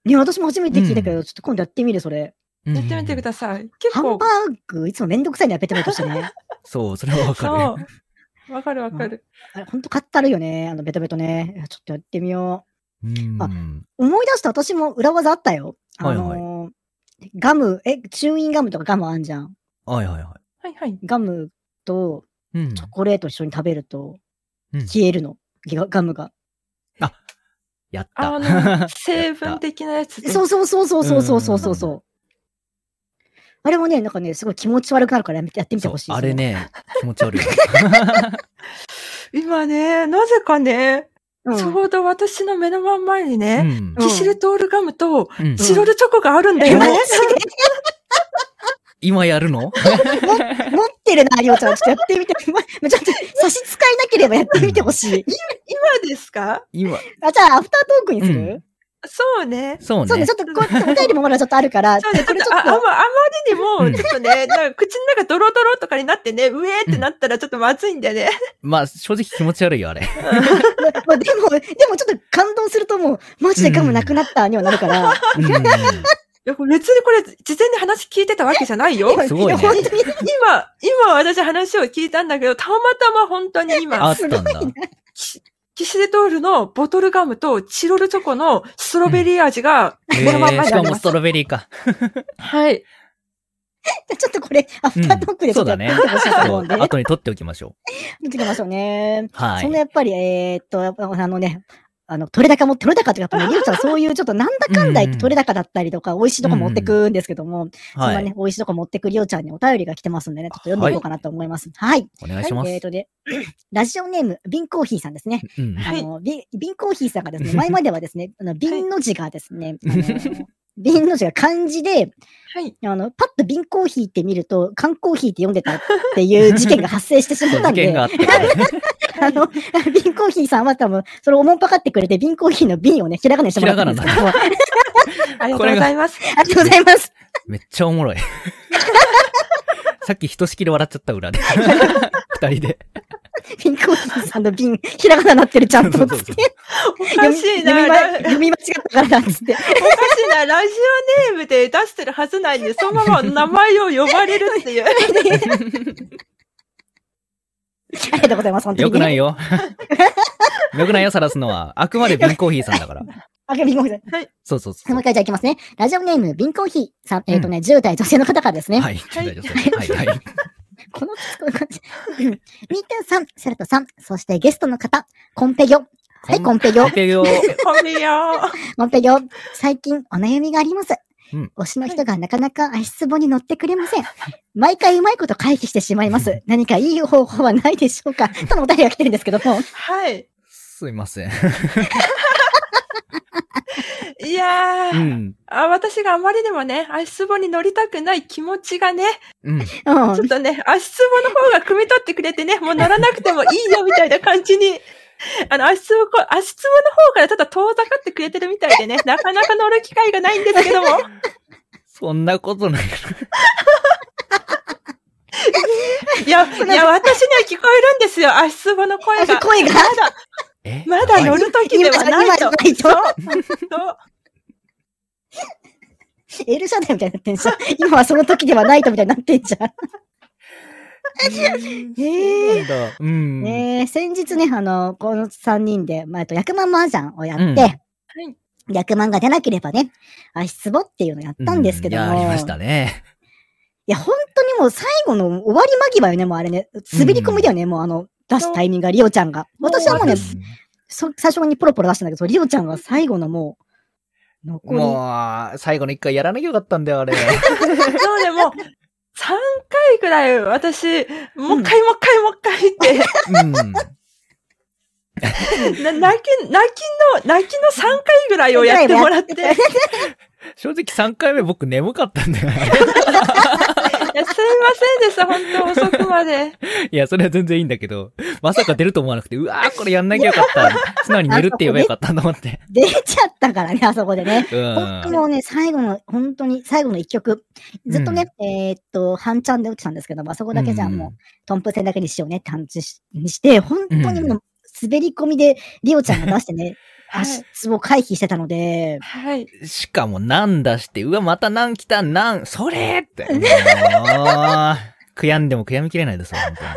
Speaker 1: ね、私も初めて聞いたけど、
Speaker 2: うん
Speaker 1: ちょっと今度やってみる、それ。
Speaker 3: やってみてください。結
Speaker 1: ハン
Speaker 3: 構
Speaker 1: バ、ーグ、いつもめんどくさいのやペテペテしてね。
Speaker 2: い。そう、それはわかる。
Speaker 3: そう。わかるわかる。
Speaker 1: あれ、ほんと買ったるよね。あの、ベトベトね。いやちょっとやってみよ
Speaker 2: うん。
Speaker 1: あう。思い出した私も裏技あったよ。あのー
Speaker 2: はい
Speaker 1: ガム、え、チューインガムとかガムあんじゃん。
Speaker 2: はいはいは
Speaker 3: はいはい。
Speaker 1: ガムと
Speaker 2: い。うん
Speaker 1: チョコレート一緒に食べると
Speaker 2: うん
Speaker 1: 消えるの。ガガムが。
Speaker 2: やった
Speaker 3: あの、。成分的なやつで。
Speaker 1: そうそうそうそうそうそうそうそう
Speaker 2: う
Speaker 1: そう。あれもね、なんかね、すごい気持ち悪くなるからやめてやってみて
Speaker 2: そう
Speaker 1: ほしい。
Speaker 2: あれ。ね、気持ち 悪い。
Speaker 3: 今ね、なぜかね、
Speaker 1: うん
Speaker 3: ちょうど私の目の真ん前に
Speaker 2: う
Speaker 3: ね、
Speaker 2: ん
Speaker 1: うん
Speaker 3: キシルトールガムと
Speaker 2: うん
Speaker 3: チロルチョコがあるんだ
Speaker 1: え
Speaker 3: よ
Speaker 1: マ
Speaker 3: ね。
Speaker 1: ジ
Speaker 2: 今やるの
Speaker 1: 持ってるな、りょうちゃん。ちょっとやってみて。まちょっと差し支えなければやってみてほしい。
Speaker 3: 今ですか
Speaker 2: 今。
Speaker 1: あ、じゃあ、アフタートークにする、
Speaker 2: うん
Speaker 3: そうね。
Speaker 2: そう
Speaker 1: そう
Speaker 2: ね
Speaker 1: ね、ち。ょっとこお便りもまだちょっとあるから、
Speaker 3: そうね、
Speaker 1: これち
Speaker 3: あ
Speaker 1: ょ
Speaker 3: あ
Speaker 1: っ
Speaker 3: まあ
Speaker 1: と、
Speaker 3: あま
Speaker 2: う
Speaker 3: り
Speaker 2: ん
Speaker 3: にも、ちょっとね、なんか口の中ドロドロとかになってね、うえーってなったらちょっとまずいんだよね。
Speaker 2: まあ、正直気持ち悪いよ、あれ。
Speaker 1: まあ、でも、でもちょっと感動するともう、マジでガムなくなったにはなるから、
Speaker 2: うん
Speaker 3: いや、これ別にこれ、事前に話聞いてたわけじゃないよ。
Speaker 1: い
Speaker 3: 今、
Speaker 1: や
Speaker 2: すごいね
Speaker 1: や本当に、
Speaker 3: 今私話を聞いたんだけど、たまたま本当に
Speaker 2: あ
Speaker 3: 今、
Speaker 2: ったん だ。
Speaker 3: キシデトールのボトルガムとチロルチョコのストロベリー味が、
Speaker 2: え
Speaker 3: このまん
Speaker 2: ー
Speaker 3: ま
Speaker 2: し
Speaker 3: に
Speaker 2: か
Speaker 3: なり
Speaker 2: も
Speaker 3: ま
Speaker 2: ス
Speaker 3: す。
Speaker 2: トロベリ ーか。
Speaker 3: はい。
Speaker 1: ちょっとこれ、アフタートーク
Speaker 2: う
Speaker 1: で
Speaker 2: ん
Speaker 1: ち
Speaker 2: そ
Speaker 1: ょ
Speaker 2: う
Speaker 1: っとや
Speaker 2: だ
Speaker 1: って
Speaker 2: ね
Speaker 1: みてほしいと思
Speaker 2: そ
Speaker 1: うんで、
Speaker 2: う後に取っておきましょ
Speaker 1: 見てきましょうね
Speaker 2: う。。は
Speaker 1: そのや
Speaker 2: い。
Speaker 1: っぱり、えーっと、やっぱあのね、あの、取れ高も、取れ高っていうか、や っぱね、りょうちゃんそういうちょっとなんだかんだ言って取れ高だったりとか、美味しいとこ持ってくんですけども、そん
Speaker 2: は
Speaker 1: ないね。、美味しいとこ持ってくりょうちゃんにお便りが来てますんでね、ちょっと読んでいこうかなと思います。はい。
Speaker 2: お願いしま
Speaker 1: えーっ
Speaker 2: す。
Speaker 1: とね、ラジオネーム、瓶コーヒーさんですね。
Speaker 2: うん。
Speaker 1: あ
Speaker 3: はい
Speaker 1: の、び瓶コーヒーさんが ですね、
Speaker 2: うん
Speaker 1: 前まではですね、あの、瓶の字がですね、あの瓶の字が漢字で、
Speaker 3: はい。
Speaker 1: あの、パッと瓶コーヒーって見ると、缶コーヒーって読んでたっていう事件が発生してしま
Speaker 2: そう
Speaker 1: った
Speaker 2: 事
Speaker 1: んで
Speaker 2: 件が、あったからね。
Speaker 1: あの、瓶コーヒーさんは多分、それをおもんぱかってくれて、瓶コーヒーの瓶をね、ひらがなにしてもらったんですけども、あ
Speaker 3: ありがとうございます。
Speaker 1: りがとうございます。
Speaker 2: めっちゃおも ろい。さっきひとしきり笑っちゃった裏 で。二人で。
Speaker 1: 瓶コーヒーさんの瓶、ひらがなになってるちゃんと、つって
Speaker 3: おか
Speaker 1: 読
Speaker 3: しい
Speaker 1: み読
Speaker 3: な。
Speaker 1: み
Speaker 3: ラ
Speaker 1: ま読み間違ったからだ、つって。
Speaker 3: おかしいな。ラジオネームで出してるはずないんで、そのまま名前を呼ばれるっていう。
Speaker 1: ありがとうございます、本当に、ね。
Speaker 2: よくないよ。よくないよ、さらすのは。あくまで瓶コーヒーさんだから。
Speaker 1: あ、瓶コーヒーさん。
Speaker 2: そうそうそう。
Speaker 1: もう
Speaker 2: は
Speaker 1: 一回じゃあいきますね。ラジオネーム、瓶コーヒーさん。えっ、とね、10代女性の方からですね。
Speaker 2: い、大丈夫です。はい、はい。
Speaker 1: この、この感じ。うんみーたんさん、セラトさん、そしてゲストの方、コンペギョ。はい、コンペギョ
Speaker 2: コン。ペよ。
Speaker 3: これよ。
Speaker 1: コンペギョ。最近お悩みがあります。
Speaker 2: うん
Speaker 1: 推しの人がなかなか足つぼに乗ってくれません。毎回うまいこと回避してしまいます。何かいい方法はないでしょう かとのお便りが来てるんですけども。
Speaker 3: はい。
Speaker 2: すいません。
Speaker 3: いや
Speaker 2: う
Speaker 3: ー、
Speaker 2: ん。
Speaker 3: あ私があまりにもね、足つぼに乗りたくない気持ちがね、
Speaker 2: うん。
Speaker 1: うん
Speaker 3: ちょ。っとね、足つぼの方が汲み取ってくれてね、もう乗らなくてもいいよみたいな感じに、あの、足つぼこ、足つぼの方からちょっと遠ざかってくれてるみたいでね、なかなか乗る機会がないんですけども、
Speaker 2: そんなことない。
Speaker 3: いや、いや、私には聞こえるんですよ、足つぼの声が。
Speaker 1: 声が
Speaker 3: まだ、
Speaker 2: え
Speaker 3: まだ乗る時ではない
Speaker 1: 今
Speaker 3: と。
Speaker 1: じゃ
Speaker 3: そうそう
Speaker 1: エルシャダイみたいになってん じゃん。今はその時ではないとみたいになってんじゃん。え
Speaker 2: なんだ。うん。
Speaker 1: ねえ、先日ね、あの、この3人で、まあ、えっと、薬満麻雀をやって、
Speaker 2: うん
Speaker 1: 薬満が出なければね、足つぼっていうのやったんですけども、
Speaker 2: うんいや、ありまし
Speaker 1: い
Speaker 2: たね。
Speaker 1: や、本当にもう最後の終わり間際よね、もうあれね、滑り込みだよね、もうあの、出すタイミングがリオちゃんが。
Speaker 3: そう
Speaker 1: 私はもうね
Speaker 2: うん、
Speaker 1: そ最初にポロポロ出したんだけど、そうリオちゃんは最後のもう、残り、
Speaker 2: もう、最後の一回やらなきゃよかったんだよ、あれ。
Speaker 3: そうでも、3回くらい私、もう一回もう一回もう一回って、
Speaker 2: うん。
Speaker 3: な泣き、泣きの、泣きの3回ぐらいをやってもらって、いやすい
Speaker 2: 正直3回目僕眠かったんだよ。
Speaker 3: ませんでした、本当遅くまで。
Speaker 2: いや、それは全然いいんだけど、まさか出ると思わなくて、うわー、これやんなきゃよかった。素直に寝るって言えばよかったと思って。
Speaker 1: 出ちゃったからね、あ そこでね。
Speaker 2: うん。
Speaker 1: 僕もね、最後の、本当に最後の一曲、ずっとね、えーっと、半チャンで打ってたんですけども、あそこだけじゃ
Speaker 2: うん
Speaker 1: もう、トンプ戦だけにしようねって話しにして、本当に
Speaker 2: う
Speaker 1: もう、滑り込みでリオちゃんが出して ね、
Speaker 3: はい
Speaker 1: 足つぼ回避してたので、
Speaker 3: はい。
Speaker 2: しかも、なん出して、うわ、またなん来た、なん、それって。 もう悔やんでも悔やみきれないですよ、本当に。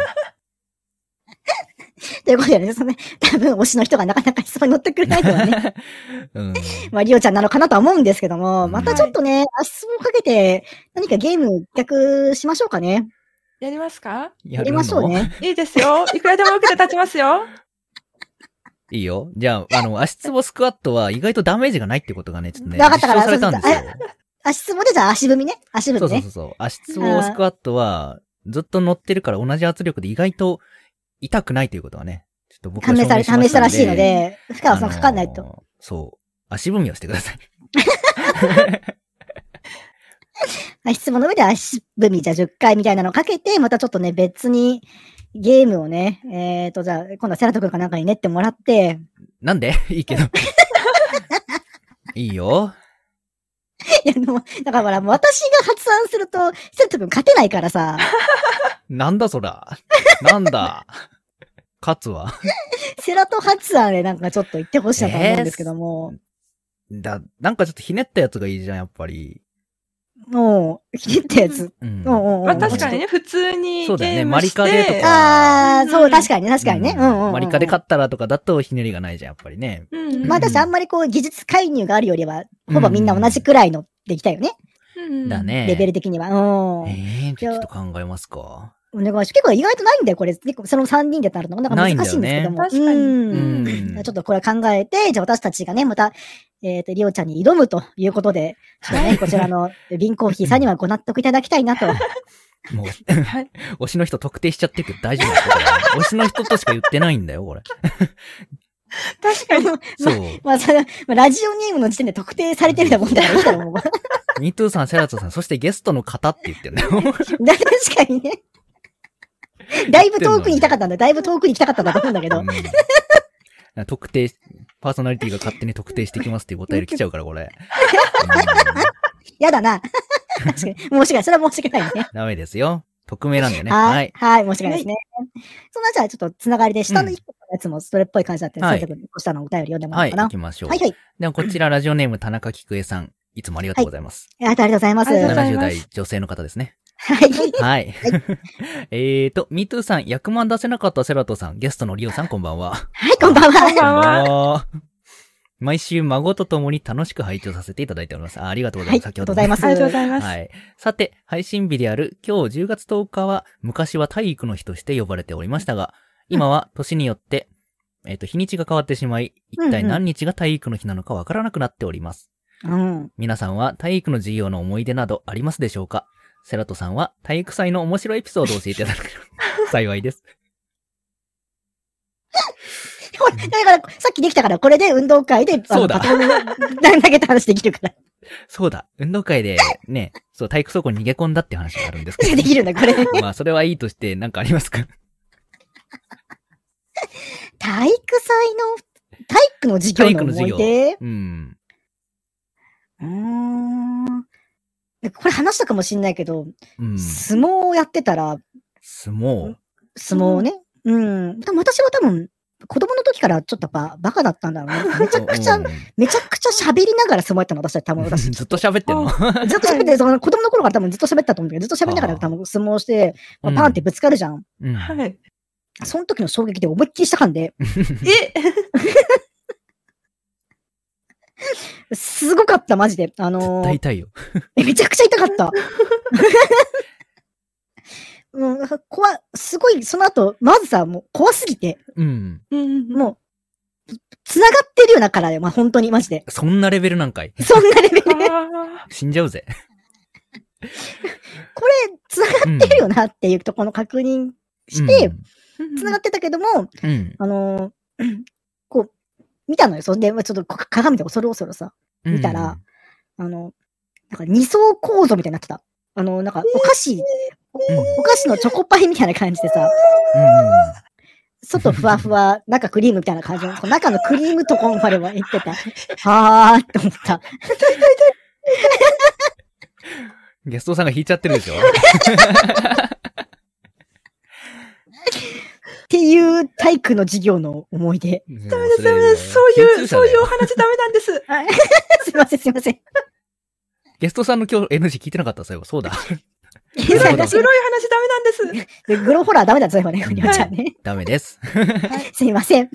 Speaker 1: ということでね、そのね、多分推しの人がなかなか質問に乗ってくれないのはね、
Speaker 2: うん。
Speaker 1: まあ、リオちゃんなのかなとは思うんですけども、またちょっとね、足つぼかけて、何かゲーム逆しましょうかね。
Speaker 3: やりますか
Speaker 2: や
Speaker 1: やりましょう
Speaker 2: るの。
Speaker 1: ね。
Speaker 3: いいですよ。いくらでも受けて立ちますよ。
Speaker 2: いいよ。じゃあ、あの、足つぼスクワットは意外とダメージがないってことがね、ちょっとね、
Speaker 1: わかったから
Speaker 2: 実証されたんですよ。
Speaker 1: 足つぼでじゃあ足踏みね。足踏みね。
Speaker 2: そうそうそうそう。足つぼスクワットは、ずっと乗ってるから同じ圧力で意外と痛くないということはね、ちょっと僕は
Speaker 1: 試され、
Speaker 2: 証
Speaker 1: 試
Speaker 2: 明ま
Speaker 1: し
Speaker 2: したた
Speaker 1: らしいの
Speaker 2: ん
Speaker 1: で、負荷はそのかかんない
Speaker 2: あ
Speaker 1: と。
Speaker 2: のーそう。足踏みをしてください。
Speaker 1: 足つぼの上で足踏み、じゃあ10回みたいなのをかけて、またちょっとね、別にゲームをね、えーと、じゃあ、今度はセラト君かなんかに練ってもらって、
Speaker 2: なんで いいけど。いいよ。
Speaker 1: いや、でも、だからほら、もう私が発案すると、セラト君勝てないからさ、
Speaker 2: なんだそら。なんだ。勝つわ。
Speaker 1: セラト発案でなんかちょっと言ってほしいなと思うんですけども、
Speaker 2: だ、なんかちょっとひねったやつがいいじゃん、やっぱり。
Speaker 1: もう、切ったやつ。
Speaker 2: うん。
Speaker 1: うんうんうん
Speaker 3: まあ確かにね、普通に
Speaker 2: そうだよね
Speaker 3: ゲーム
Speaker 2: マリ
Speaker 3: して。
Speaker 2: カでとか
Speaker 1: あー、そうう、
Speaker 3: ん
Speaker 1: 確かにね、確かにね。うん
Speaker 2: う
Speaker 1: んうんうんうん。
Speaker 2: マリカで勝ったらとかだとひねりがないじゃん、やっぱりね。
Speaker 3: うんうん
Speaker 1: まあ
Speaker 2: だ
Speaker 1: 私あんまりこう、技術介入があるよりは、ほぼみんな同じくらいのできたよね。
Speaker 3: うん
Speaker 2: だ。ね。
Speaker 1: レベル的には。うん。
Speaker 2: ええー、ちょっと考えますか。
Speaker 1: お願いします。結構意外とないんだよ、これ。結構その3人でなるのがなんか難しいんですけども。
Speaker 3: ないんだよね
Speaker 1: うん
Speaker 3: 確かにうん
Speaker 1: じゃあちょっとこれ考えて、じゃあ私たちがね、また、えっ、と、リオちゃんに挑むということで、ちょっとね、こちらの瓶コーヒーさんにはご納得いただきたいなと。
Speaker 2: もう、
Speaker 3: はい
Speaker 2: 推しの人特定しちゃってるけど大丈夫だよこれ推しの人としか言ってないんだよ、これ。
Speaker 3: 確かに。
Speaker 2: そう。
Speaker 1: まあ、それ、まあ、ラジオネームの時点で特定されてるような問題だからもう、 確
Speaker 2: ミートゥーさん、セラトさん、そしてゲストの方って言ってるんだよ。
Speaker 1: かにね。だいぶ遠くに行きたかったんだ。だいぶ遠くに行きたかったんだと思うんだけど。
Speaker 2: うん特定、パーソナリティが勝手に特定してきますっていうお便り来ちゃうから、これ。
Speaker 1: やだな。確かに。申し訳ない。それは申し訳ないね。
Speaker 2: うんダメですよ。匿名なんでね。
Speaker 1: は
Speaker 2: はいい。。
Speaker 1: はい、申し訳ないですね。そんなじゃあちょっとつながりで、下の
Speaker 2: うん
Speaker 1: 一個のやつもそれっぽい感じだった
Speaker 2: は
Speaker 1: の
Speaker 2: い
Speaker 1: で、せっこ下のお便り読んでもら
Speaker 2: は
Speaker 1: おう
Speaker 2: い、
Speaker 1: か
Speaker 2: 行
Speaker 1: な。
Speaker 2: きましょう
Speaker 1: は。い、はい。
Speaker 2: では、こちら、ラジオネーム、田中菊江さん。いつもありがとうございます。
Speaker 1: あありがとうございます。
Speaker 3: ありがとうございま
Speaker 1: は
Speaker 2: 70代女性の方ですね。
Speaker 1: い。
Speaker 2: はい。 えーと、ミートゥーさん、役満出せなかったセラトさん、ゲストのリオさん、こんばんは。
Speaker 1: はい、こんばん
Speaker 3: こん
Speaker 1: は。
Speaker 3: ばんは。
Speaker 2: は。毎週孫と共に楽しく拝聴させていただいております。あありがとうござ
Speaker 1: はいい、
Speaker 2: ます。
Speaker 1: あり
Speaker 2: 先
Speaker 1: がと
Speaker 2: ほど
Speaker 1: うござい
Speaker 2: ね。
Speaker 1: ます。
Speaker 3: ありがとうご
Speaker 1: い
Speaker 3: ざいます。
Speaker 2: はい。さて、配信日である今日10月10日は昔は体育の日として呼ばれておりましたが、今は年によって、えっ、と、日にちが変わってしまい、一体何日が体育の日なのかわからなくなっております。
Speaker 1: うん。
Speaker 2: 皆さんは体育の授業の思い出などありますでしょうかセラトさんは体育祭の面白いエピソードを教えていただければ幸いです。
Speaker 1: ほらだから、さっきできたから、これで運動会で、あ
Speaker 2: そう
Speaker 1: の
Speaker 2: だ
Speaker 1: バトン投げた話できる から。
Speaker 2: そうだ、運動会でね、そう、体育倉庫に逃げ込んだっていう話があるんですけ ど
Speaker 1: で。きるんだ、これ。
Speaker 2: まあ、それはいいとして、なんかありますか
Speaker 1: 体育祭の、体育の授業の思い出
Speaker 2: うん。
Speaker 1: うーん。これ話したかもしんないけど、
Speaker 2: うん。
Speaker 1: 相撲をやってたら、
Speaker 2: 相撲。
Speaker 1: 相撲ね。うん。多分私は多分、子供の時からちょっとば、バカだったんだろ うね。めちゃくちゃ
Speaker 2: う、ん
Speaker 1: めちゃくちゃ喋りながら相撲やったの、私は多分 私。
Speaker 2: ずっと喋ってんの
Speaker 1: ずっと喋って、その子供の頃から多分ずっと喋ったと思うんだけど、ずっと喋りながら多分相撲して、まあパーンってぶつかるじゃん。
Speaker 2: うん。
Speaker 3: はい。
Speaker 1: その時の衝撃で思いっきりしたかんで、
Speaker 3: え、
Speaker 1: すごかった、マジで。あの
Speaker 2: 絶
Speaker 1: ー
Speaker 2: 対痛いよ。
Speaker 1: えめちゃくちゃ痛かった。うん、怖い、すごい、その後、まずさ、もう怖すぎて、
Speaker 2: うん。
Speaker 3: うん。も
Speaker 1: もう、繋がってるようなからよ、まあ、本当に、マジ で。
Speaker 2: そんなレベルなんかい。
Speaker 1: そんなレベル
Speaker 3: う
Speaker 1: で、
Speaker 3: あ
Speaker 2: 死んじゃうぜ。
Speaker 1: これ、繋が
Speaker 2: うん。
Speaker 1: ってるよなっていうところの確認して、
Speaker 3: ー
Speaker 1: 繋がってたけども、
Speaker 2: うん。うん。
Speaker 1: あのー こう、見たのよ。そんで、まあちょっとこ鏡で恐る恐るさ、
Speaker 2: うん
Speaker 1: 見たら、あの、なんか二層構造みたいになってた。あの、なんかお菓子、
Speaker 2: うん
Speaker 1: おお菓子のチョコパイみたいな感じでさ、
Speaker 2: うん
Speaker 1: 外ふわふわ、中クリームみたいな感じの、こう中のクリームとこまでは言ってた。はーって思った。
Speaker 2: ゲストさんが引いちゃってるでしょ
Speaker 1: っていう体育の授業の思い出。
Speaker 2: ダ
Speaker 3: ダメです、ダメです。そういう、そういうお話ダメなん です。
Speaker 1: すいません、すいません。
Speaker 2: ゲストさんの今日 NG 聞いてなかった、そういえば。そうだ。
Speaker 1: 天
Speaker 2: なる
Speaker 1: 才
Speaker 2: ほど
Speaker 1: だ
Speaker 3: 黒い
Speaker 1: し、
Speaker 3: 話ダメなんです。
Speaker 1: グロホラーダメだ、そういえばね、ふにゃちゃんね。
Speaker 2: ダメです。
Speaker 1: すいません。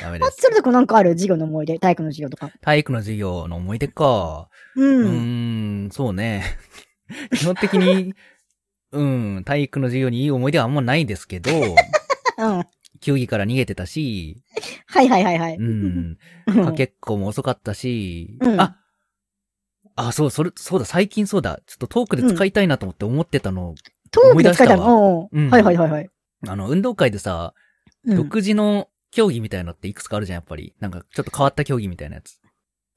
Speaker 2: ダメで
Speaker 1: あ、
Speaker 2: す
Speaker 1: そ。れでこうなんかある授業の思い出、体育の授業とか。
Speaker 2: 体育の授業の思い出か。う
Speaker 1: う
Speaker 2: ー
Speaker 1: ん。
Speaker 2: ん、そうね。 基本的に、うん、体育の授業にいい思い出はあんまないですけど、
Speaker 1: うん。はい
Speaker 2: 球技から逃げてたし、
Speaker 1: はいはいはい。
Speaker 2: うん、
Speaker 1: うん
Speaker 2: かけっこも遅かったし、
Speaker 1: うん
Speaker 2: あ、あ、そう、それ、そうだ、最近そうだ、ちょっとトークで使いたいなと思って思ってたの、
Speaker 1: トークで使えたの
Speaker 2: 思い出したわ
Speaker 1: うんはいはいはいはい。
Speaker 2: あの、運動会でさ、
Speaker 1: うん
Speaker 2: 独自の競技みたいなのっていくつかあるじゃん、やっぱり。なんか、ちょっと変わった競技みたいなやつ。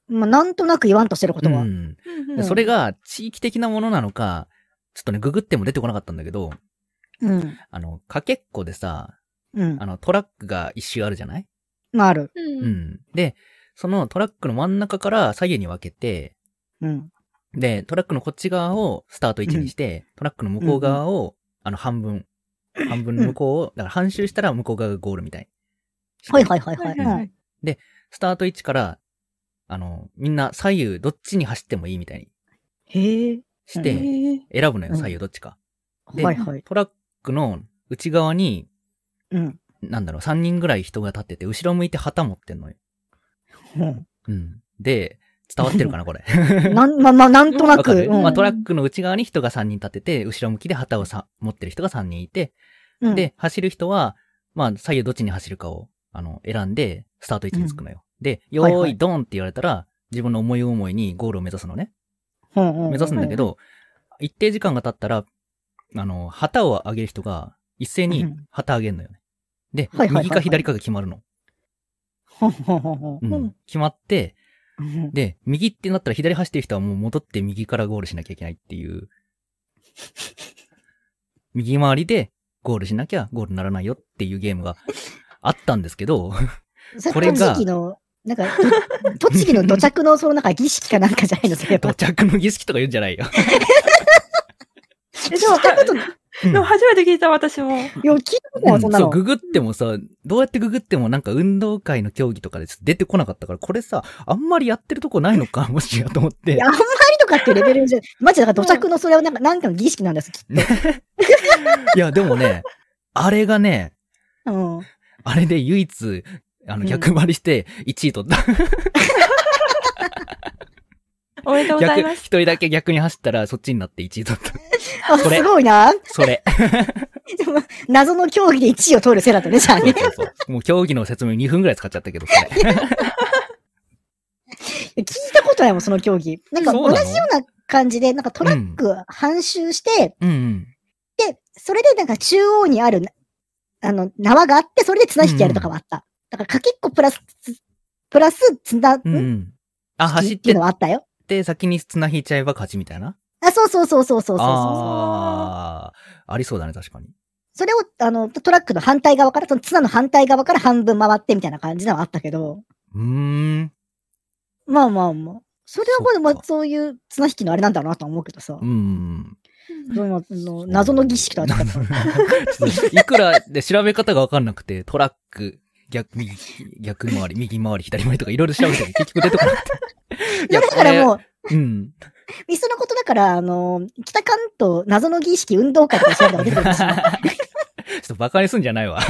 Speaker 1: まあ、なんとなく言わんとしてることは。う
Speaker 2: う
Speaker 1: ん
Speaker 2: ん。
Speaker 1: う
Speaker 2: で
Speaker 1: ん
Speaker 2: それが地域的なものなのか、ちょっとね、ググっても出てこなかったんだけど、。
Speaker 1: うん。
Speaker 2: あの、かけっこでさ、
Speaker 1: うん
Speaker 2: あ。の、トラックが一周あるじゃない
Speaker 1: まあ、ある。
Speaker 3: うん
Speaker 2: う。ん。で、そのトラックの真ん中から左右に分けて、
Speaker 1: うん。
Speaker 2: で、トラックのこっち側をスタート位置にして、トラックの向こう側を、あの、半分、半分の向こうを、だから半周したら向こう側がゴールみたい。
Speaker 1: はいはいはい
Speaker 3: は
Speaker 1: はいい。
Speaker 3: はいは
Speaker 1: うん
Speaker 3: い。
Speaker 2: スタート位置から、あの、みんな左右どっちに走ってもいいみたいに
Speaker 1: へえ。
Speaker 2: し
Speaker 1: で
Speaker 3: え
Speaker 2: て、
Speaker 3: ー
Speaker 2: 選ぶの
Speaker 1: う
Speaker 2: よ、
Speaker 1: ん
Speaker 2: 左右どっちか。で
Speaker 1: はいはい。
Speaker 2: トラックの内側に、
Speaker 1: うん。
Speaker 2: なんだろう、3人ぐらい人が立ってて、後ろ向いて旗持ってんのよ。
Speaker 1: うん
Speaker 2: うん。で、伝わってるかな、これ。
Speaker 1: なん、まあまあ、なんとな
Speaker 2: わ
Speaker 1: く。
Speaker 2: かる、
Speaker 1: うん
Speaker 2: まあ、トラックの内側に人が3人立てて、後ろ向きで旗をさ持ってる人が3人いて、
Speaker 1: うん
Speaker 2: で、走る人は、まあ、左右どっちに走るかを、あの、選んで、スタート位置につくのよ。で、よーい、
Speaker 1: はいはい
Speaker 2: ドンって言われたら、自分の思い思いにゴールを目指すのね。
Speaker 1: うんうん
Speaker 2: 目指すんだけど、一定時間が経ったら、あの、旗を上げる人が、一斉に
Speaker 1: うん
Speaker 2: 旗上げるのよね。で、
Speaker 1: はいはいはいはい
Speaker 2: 右か左かが決まるの。
Speaker 1: ほんほんほんほん
Speaker 2: うん
Speaker 3: うん
Speaker 2: 決まって、
Speaker 1: うん
Speaker 2: で、右ってなったら左走ってる人はもう戻って右からゴールしなきゃいけないっていう。右回りでゴールしなきゃゴールにならないよっていうゲームがあったんですけど、
Speaker 1: そ
Speaker 2: これ
Speaker 1: れ
Speaker 2: が
Speaker 1: 栃木の、なんか、と 栃木の土着の、そのなんか儀式かなんかじゃないの、それ
Speaker 2: 土
Speaker 1: は。
Speaker 2: 着の儀式とか言うんじゃないよ。
Speaker 3: え、で
Speaker 1: 聞
Speaker 3: も、
Speaker 1: いたこと、い
Speaker 2: うん
Speaker 3: でも初めて聞いた私も。
Speaker 1: や、聞いたことない、そんな
Speaker 2: そう、
Speaker 1: の。
Speaker 2: ググってもさ、どうやってググってもなんか運動会の競技とかでちょっと出てこなかったから、これさ、あんまりやってるとこない のか、もしやと思っ
Speaker 1: い
Speaker 2: て
Speaker 1: や、あ。んまりとかっていうレベルじゃ、マジだから土着のそれはなんか、なんかの儀式なんです、きっ
Speaker 2: いや、でもね、あれがね、
Speaker 1: と。うん。
Speaker 2: あれで唯一、あ
Speaker 1: う
Speaker 2: の、
Speaker 1: ん
Speaker 2: 逆張りして1位取った。
Speaker 3: おめでとうござ
Speaker 2: 逆、
Speaker 3: いま
Speaker 2: 一
Speaker 3: す。
Speaker 2: 人だけ逆に走ったらそっちになって1位取った。
Speaker 1: あ、
Speaker 2: これ
Speaker 1: すごいな。
Speaker 2: それ。
Speaker 1: でも謎の競技で1位を取るセラとね、じゃ あ
Speaker 2: そう
Speaker 1: ね。
Speaker 2: そうそう。もう競技の説明2分くらい使っちゃったけど、これ。
Speaker 1: 聞いたことないもん、その競技。なんか
Speaker 2: そう
Speaker 1: 同
Speaker 2: なの
Speaker 1: じような感じで、なんかトラック半周して、
Speaker 2: うんうん。
Speaker 1: で、それでなんか中央にある、あの、縄があって、それで綱引きやるとかはあった。だからかけっこプラス、プラス綱、、
Speaker 2: うんうんん。あ、走っ
Speaker 1: ってい
Speaker 2: て
Speaker 1: うのはあったよ。
Speaker 2: って先に綱引いちゃえば勝ちみたいな。
Speaker 1: あ、そうそうそうそうそうそうそう。
Speaker 2: ああ、ありそうだね、確かに。
Speaker 1: それを、あの、トラックの反対側から、その綱の反対側から半分回ってみたいな感じのはあったけど、
Speaker 2: うーん。
Speaker 1: まあまあまあ。それはこれ、ま
Speaker 2: そっ
Speaker 1: あ
Speaker 2: か
Speaker 1: そういう綱引きのあれなんだろうなとは思うけどさ。
Speaker 2: うん。
Speaker 1: どうもあの謎の儀式 とは違った。
Speaker 2: ちょっといくらで調べ方がわかんなくて、トラック、逆、右、逆回り、右回り、左回りとかいろいろ調べても結局出てこなくて。
Speaker 1: いや、だからもう、
Speaker 2: う。うん。
Speaker 1: いっそのことだから、あの、北関東謎の儀式運動会とか調べ たら出てくるし、
Speaker 2: ちょっとバカにすんじゃ ないわ。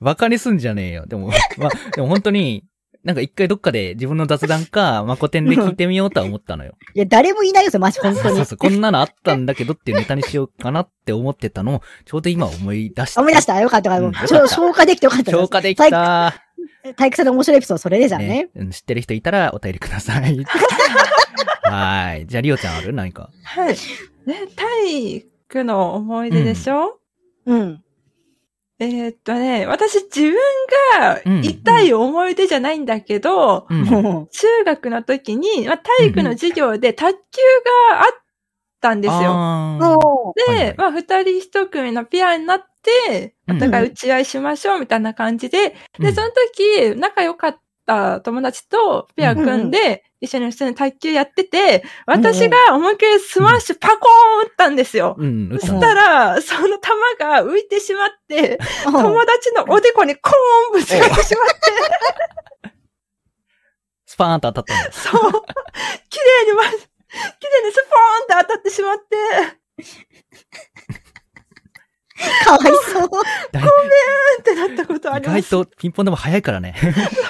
Speaker 2: バカにすんじゃねえよ。でも、まあ、でも本当に、なんか一回どっかで自分の雑談か、マコテンで聞いてみようとは思ったのよ。
Speaker 1: いや、誰もいないよ、それマジ、本
Speaker 2: そ
Speaker 1: 当
Speaker 2: う
Speaker 1: に
Speaker 2: そう。そう、こんなのあったんだけどっていうネタにしようかなって思ってたのを、ちょうど今思い出した。
Speaker 1: 思い出した。よかった、
Speaker 2: う
Speaker 1: よ
Speaker 2: ん
Speaker 1: かった。ちょ消化できてよかった。
Speaker 2: 消化できた。
Speaker 1: 体育祭の面白いエピソード、それでじゃんね。
Speaker 2: うん知ってる人いたらお便りくださ い。はーい。じゃあ、リオちゃんある何か。
Speaker 3: はい。ね、体育の思い出でしょ、
Speaker 1: うん。
Speaker 3: えーっとね、私自分が
Speaker 2: うん
Speaker 3: 痛い思い出じゃないんだけど、
Speaker 2: うん。
Speaker 1: も
Speaker 3: 中学の時に、まあ、体育の授業で卓球があったんですよ。
Speaker 1: う、
Speaker 2: あー
Speaker 1: も
Speaker 2: ーはいは
Speaker 3: で
Speaker 2: い、
Speaker 3: まあ、二人一組のペアになって、
Speaker 2: うん
Speaker 3: お互い打ち合いしましょうみたいな感じで、
Speaker 2: う
Speaker 3: で、
Speaker 2: ん
Speaker 3: その時、仲良かった友達とペア組んで、一緒に普通に卓球やってて、私が思いっきりスマッシュパコーン打ったんですよ。
Speaker 2: うん、打
Speaker 3: そ
Speaker 2: っ
Speaker 3: した
Speaker 2: の。
Speaker 3: たら、その球が浮いてしまって、
Speaker 1: う、も
Speaker 3: 友達のおでこにコーンぶつかってしまって、
Speaker 2: スパーンと当たったんだ。
Speaker 3: そう。綺麗にま、綺麗にスポーンって当たってしまって、
Speaker 1: う、かわいそう。
Speaker 3: うんってなったことあ
Speaker 2: 意
Speaker 3: りま
Speaker 2: 外
Speaker 3: す。
Speaker 2: とピンポンでも早いからね。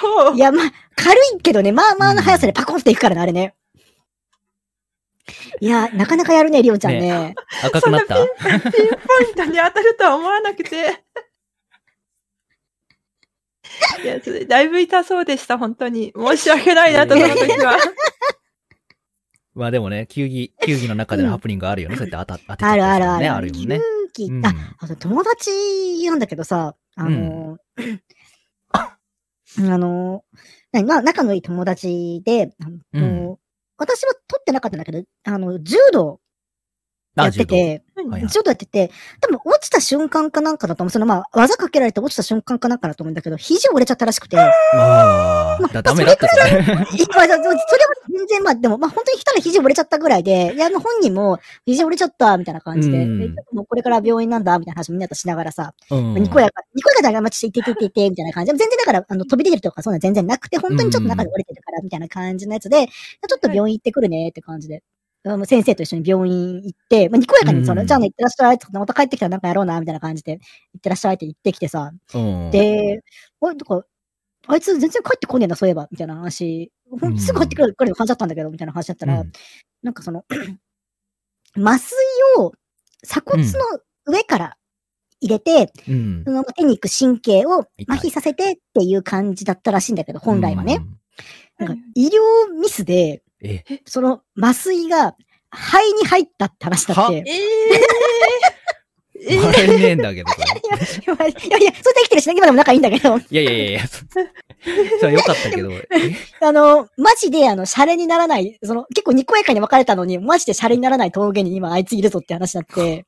Speaker 3: そう
Speaker 1: いや、まあ、軽いけどね、まあまあの速さでパコンっていくからね、あれね。いや、なかなかやるね、リオちゃんね。
Speaker 2: 赤くなった
Speaker 3: そんなピンピンポイントに当たるとは思わな くて。いや、ちょっとだいぶ痛そうでした、本当に。申し訳ないなと、その時は。
Speaker 2: まあでもね、球技、球技の中でのハプニングあるよね。そうやって当た当てた
Speaker 1: あ
Speaker 2: り
Speaker 1: る
Speaker 2: とか
Speaker 1: あ
Speaker 2: ね
Speaker 1: るある。
Speaker 2: あるよね。
Speaker 1: 勇気、
Speaker 2: うん
Speaker 1: あ、あと友達なんだけどさ、あのー、あのー、何まあ、仲のいい友達で、あの
Speaker 2: うん
Speaker 1: 私は取ってなかったんだけど、あの、柔道や
Speaker 2: あ
Speaker 1: ってて、
Speaker 2: はい
Speaker 1: 柔道やってて、多分落ちた瞬間かなんかだと思う。そのまあ、技かけられて落ちた瞬間かなんかだと思うんだけど、肘折れちゃったらしく て、
Speaker 2: ああ、だダメだってそれ。
Speaker 1: いやまあそそれは全然まあ、でも、まあ本当に来たら肘折れちゃったぐらいで、いや、あの本人も肘折れちゃった、みたいな感じで、
Speaker 2: うん
Speaker 1: でちょっともうこれから病院なんだ、みたいな話をみんなとしながらさ、
Speaker 2: うん
Speaker 1: にこやか、にこやかじゃない、まあ、ちょっといていていていて、みたいな感じで、全然だから、あの、飛び出てるとか、そんな全然なくて、本当にちょっと中で折れてるから、みたいな感じのやつで、ちょっと病院行ってくるね、って感じで。あの先生と一緒に病院行って、まあ、にこやかに、その、
Speaker 2: うん
Speaker 1: じゃあね、行ってらっしゃい、ってまた帰ってきたらなんかやろうな、みたいな感じで、行ってらっしゃいって行ってきてさ、
Speaker 2: うん、
Speaker 1: で、おい、とか、あいつ全然帰ってこねえな、そういえば、みたいな話、ほ
Speaker 2: うん
Speaker 1: んすぐ帰ってくるぐらいの感じだったんだけど、みたいな話だったら、
Speaker 2: うん
Speaker 1: なんかその、 麻酔を鎖骨の上から入れて、
Speaker 2: うん
Speaker 1: その手に行く神経を
Speaker 2: 痛い
Speaker 1: 麻痺させてっていう感じだったらしいんだけど、本来はね。。
Speaker 3: うん
Speaker 1: なんか医療ミスで、
Speaker 2: え、
Speaker 1: その麻酔が肺に入ったって話だって。
Speaker 3: えー、えー、
Speaker 2: 笑えねえんだけど、これ
Speaker 1: いやいやいや、それで生きてるしね、今でも仲いいんだけど、
Speaker 2: いやいやいやいや、そそれは良かったけど、え
Speaker 1: あの、マジで、あの、シャレにならない、その、結構にこやかに別れたのに、マジでシャレにならない峠に今あいついるぞって話になって、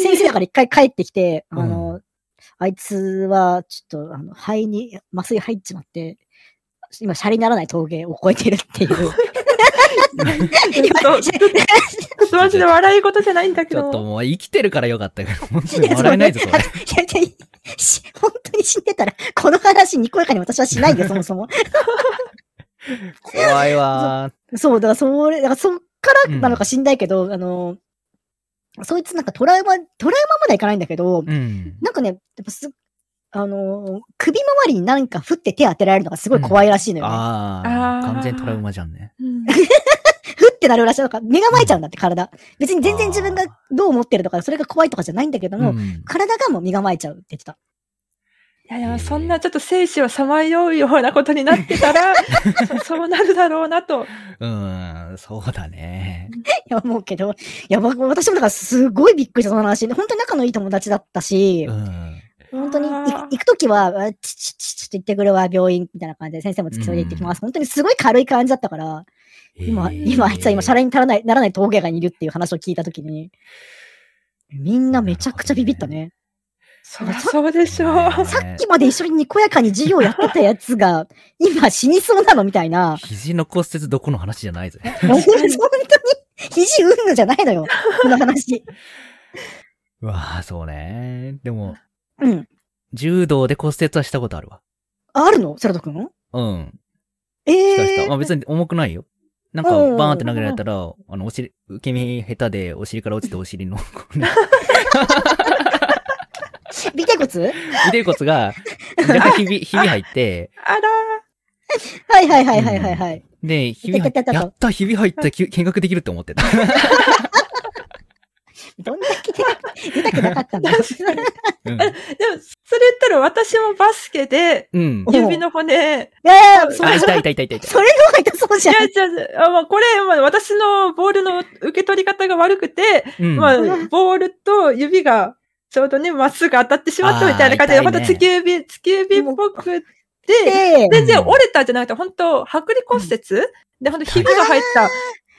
Speaker 1: 先生だから一回帰ってきて、あの、
Speaker 2: う
Speaker 1: あいつは、ちょっと、あの、肺に麻酔入っちまって、今、シャレにならない峠を越えてるっていう。
Speaker 3: そうちょっとマジで笑い事じゃないんだけ
Speaker 2: ちょっと
Speaker 3: ど。
Speaker 2: もう生きてるから良かったけど、もうす
Speaker 1: い
Speaker 2: ぐ
Speaker 1: や
Speaker 2: 笑えないぞ、これ。
Speaker 1: いやいやし本当に死んでたら、この話にこやかに私はしないよ、そもそも。
Speaker 2: 怖いわ
Speaker 1: そう、だからそれ、だからそっからなの
Speaker 2: う
Speaker 1: か死んないけど、あの、そいつなんかトラウマ、トラウマまではいかないんだけど、
Speaker 2: ー。うん。
Speaker 1: なんかね、やっぱす、あの、首周りになんか振って手当てられるのがすごい怖いらしいのよ、ね
Speaker 2: あ
Speaker 3: あ
Speaker 2: あ、
Speaker 3: ー
Speaker 2: 完全トラウマじゃんね。
Speaker 3: うん
Speaker 1: ふってなるらしいのか、目がまいちゃうんだって、体。別に全然自分がどう思ってるとか、それが怖いとかじゃないんだけども、
Speaker 2: うん
Speaker 1: 体がもう身構えちゃうって言ってた。
Speaker 3: いやいや、そんなちょっと生死をさまようようなことになってた ら、そそうなるだろうなと。
Speaker 2: うん、そうだね。
Speaker 1: いや、思うけど。いや、僕私もだからすごいびっくりした、その話。本当に仲のいい友達だったし、
Speaker 2: うん。
Speaker 1: 本当に行く
Speaker 3: あー
Speaker 1: 行くときは、あちちちちょっと行ってくるわ、病院、みたいな感じで、先生も付き添いで行ってきます。本当にすごい軽い感じだったから、今、
Speaker 2: えー
Speaker 1: 今、あいつは今、シャレにならない、ならない峠がいるっていう話を聞いたときに、みんなめちゃくちゃビビったね。
Speaker 3: そりゃそうでしょう。
Speaker 1: さっきまで一緒ににこやかに授業やってたやつが、今死にそうなのみたいな。
Speaker 2: 肘の骨折どこの話じゃないぜ。
Speaker 1: 本当に、肘うんぬじゃないのよ。この話。
Speaker 2: うわあ、そうね。でも、
Speaker 1: うん。
Speaker 2: 柔道で骨折はしたことあるわ。
Speaker 1: あるのセラト君
Speaker 2: うん。
Speaker 1: え
Speaker 2: したし
Speaker 1: え
Speaker 2: た。まあ別に重くないよ。なんか、
Speaker 1: うん
Speaker 2: バーンって投げられたら、あの、お尻、受け身下手で、お尻から落ちてお尻の、こうね、
Speaker 1: 尾てい骨
Speaker 2: 腕骨が、若干ひび、ひび入って、
Speaker 3: あら
Speaker 1: はいはいはいはいはいはい。
Speaker 2: で、ひび入っ
Speaker 1: いたいたいたいた
Speaker 2: やった、ひび入った、き見学できると思ってた。
Speaker 1: どんだけ出たくなかったんだ。
Speaker 2: うん
Speaker 3: でも、それ言ったら私もバスケで、
Speaker 2: うん。
Speaker 1: お
Speaker 3: 指の骨、
Speaker 1: いや いや、そ
Speaker 2: あ、
Speaker 1: れ、
Speaker 2: い
Speaker 1: そ
Speaker 2: た
Speaker 1: れ
Speaker 2: いたいたいたいた。
Speaker 1: それの方が痛そうじ
Speaker 3: い
Speaker 1: ゃん
Speaker 3: や、。 違う、あまあ、これ、まあ、私のボールの受け取り方が悪くて、
Speaker 2: うん。
Speaker 3: まあ
Speaker 1: うわ、
Speaker 3: ボールと指が、ちょうどね、まっすぐ当たってしまったみたいな感じで、
Speaker 2: あー
Speaker 3: ほんと、
Speaker 2: 痛いね
Speaker 3: 突き指、突き指っぽくて、
Speaker 1: で、
Speaker 3: 全然折れたじゃなくて、本当剥離骨折、で、本当ひびが入った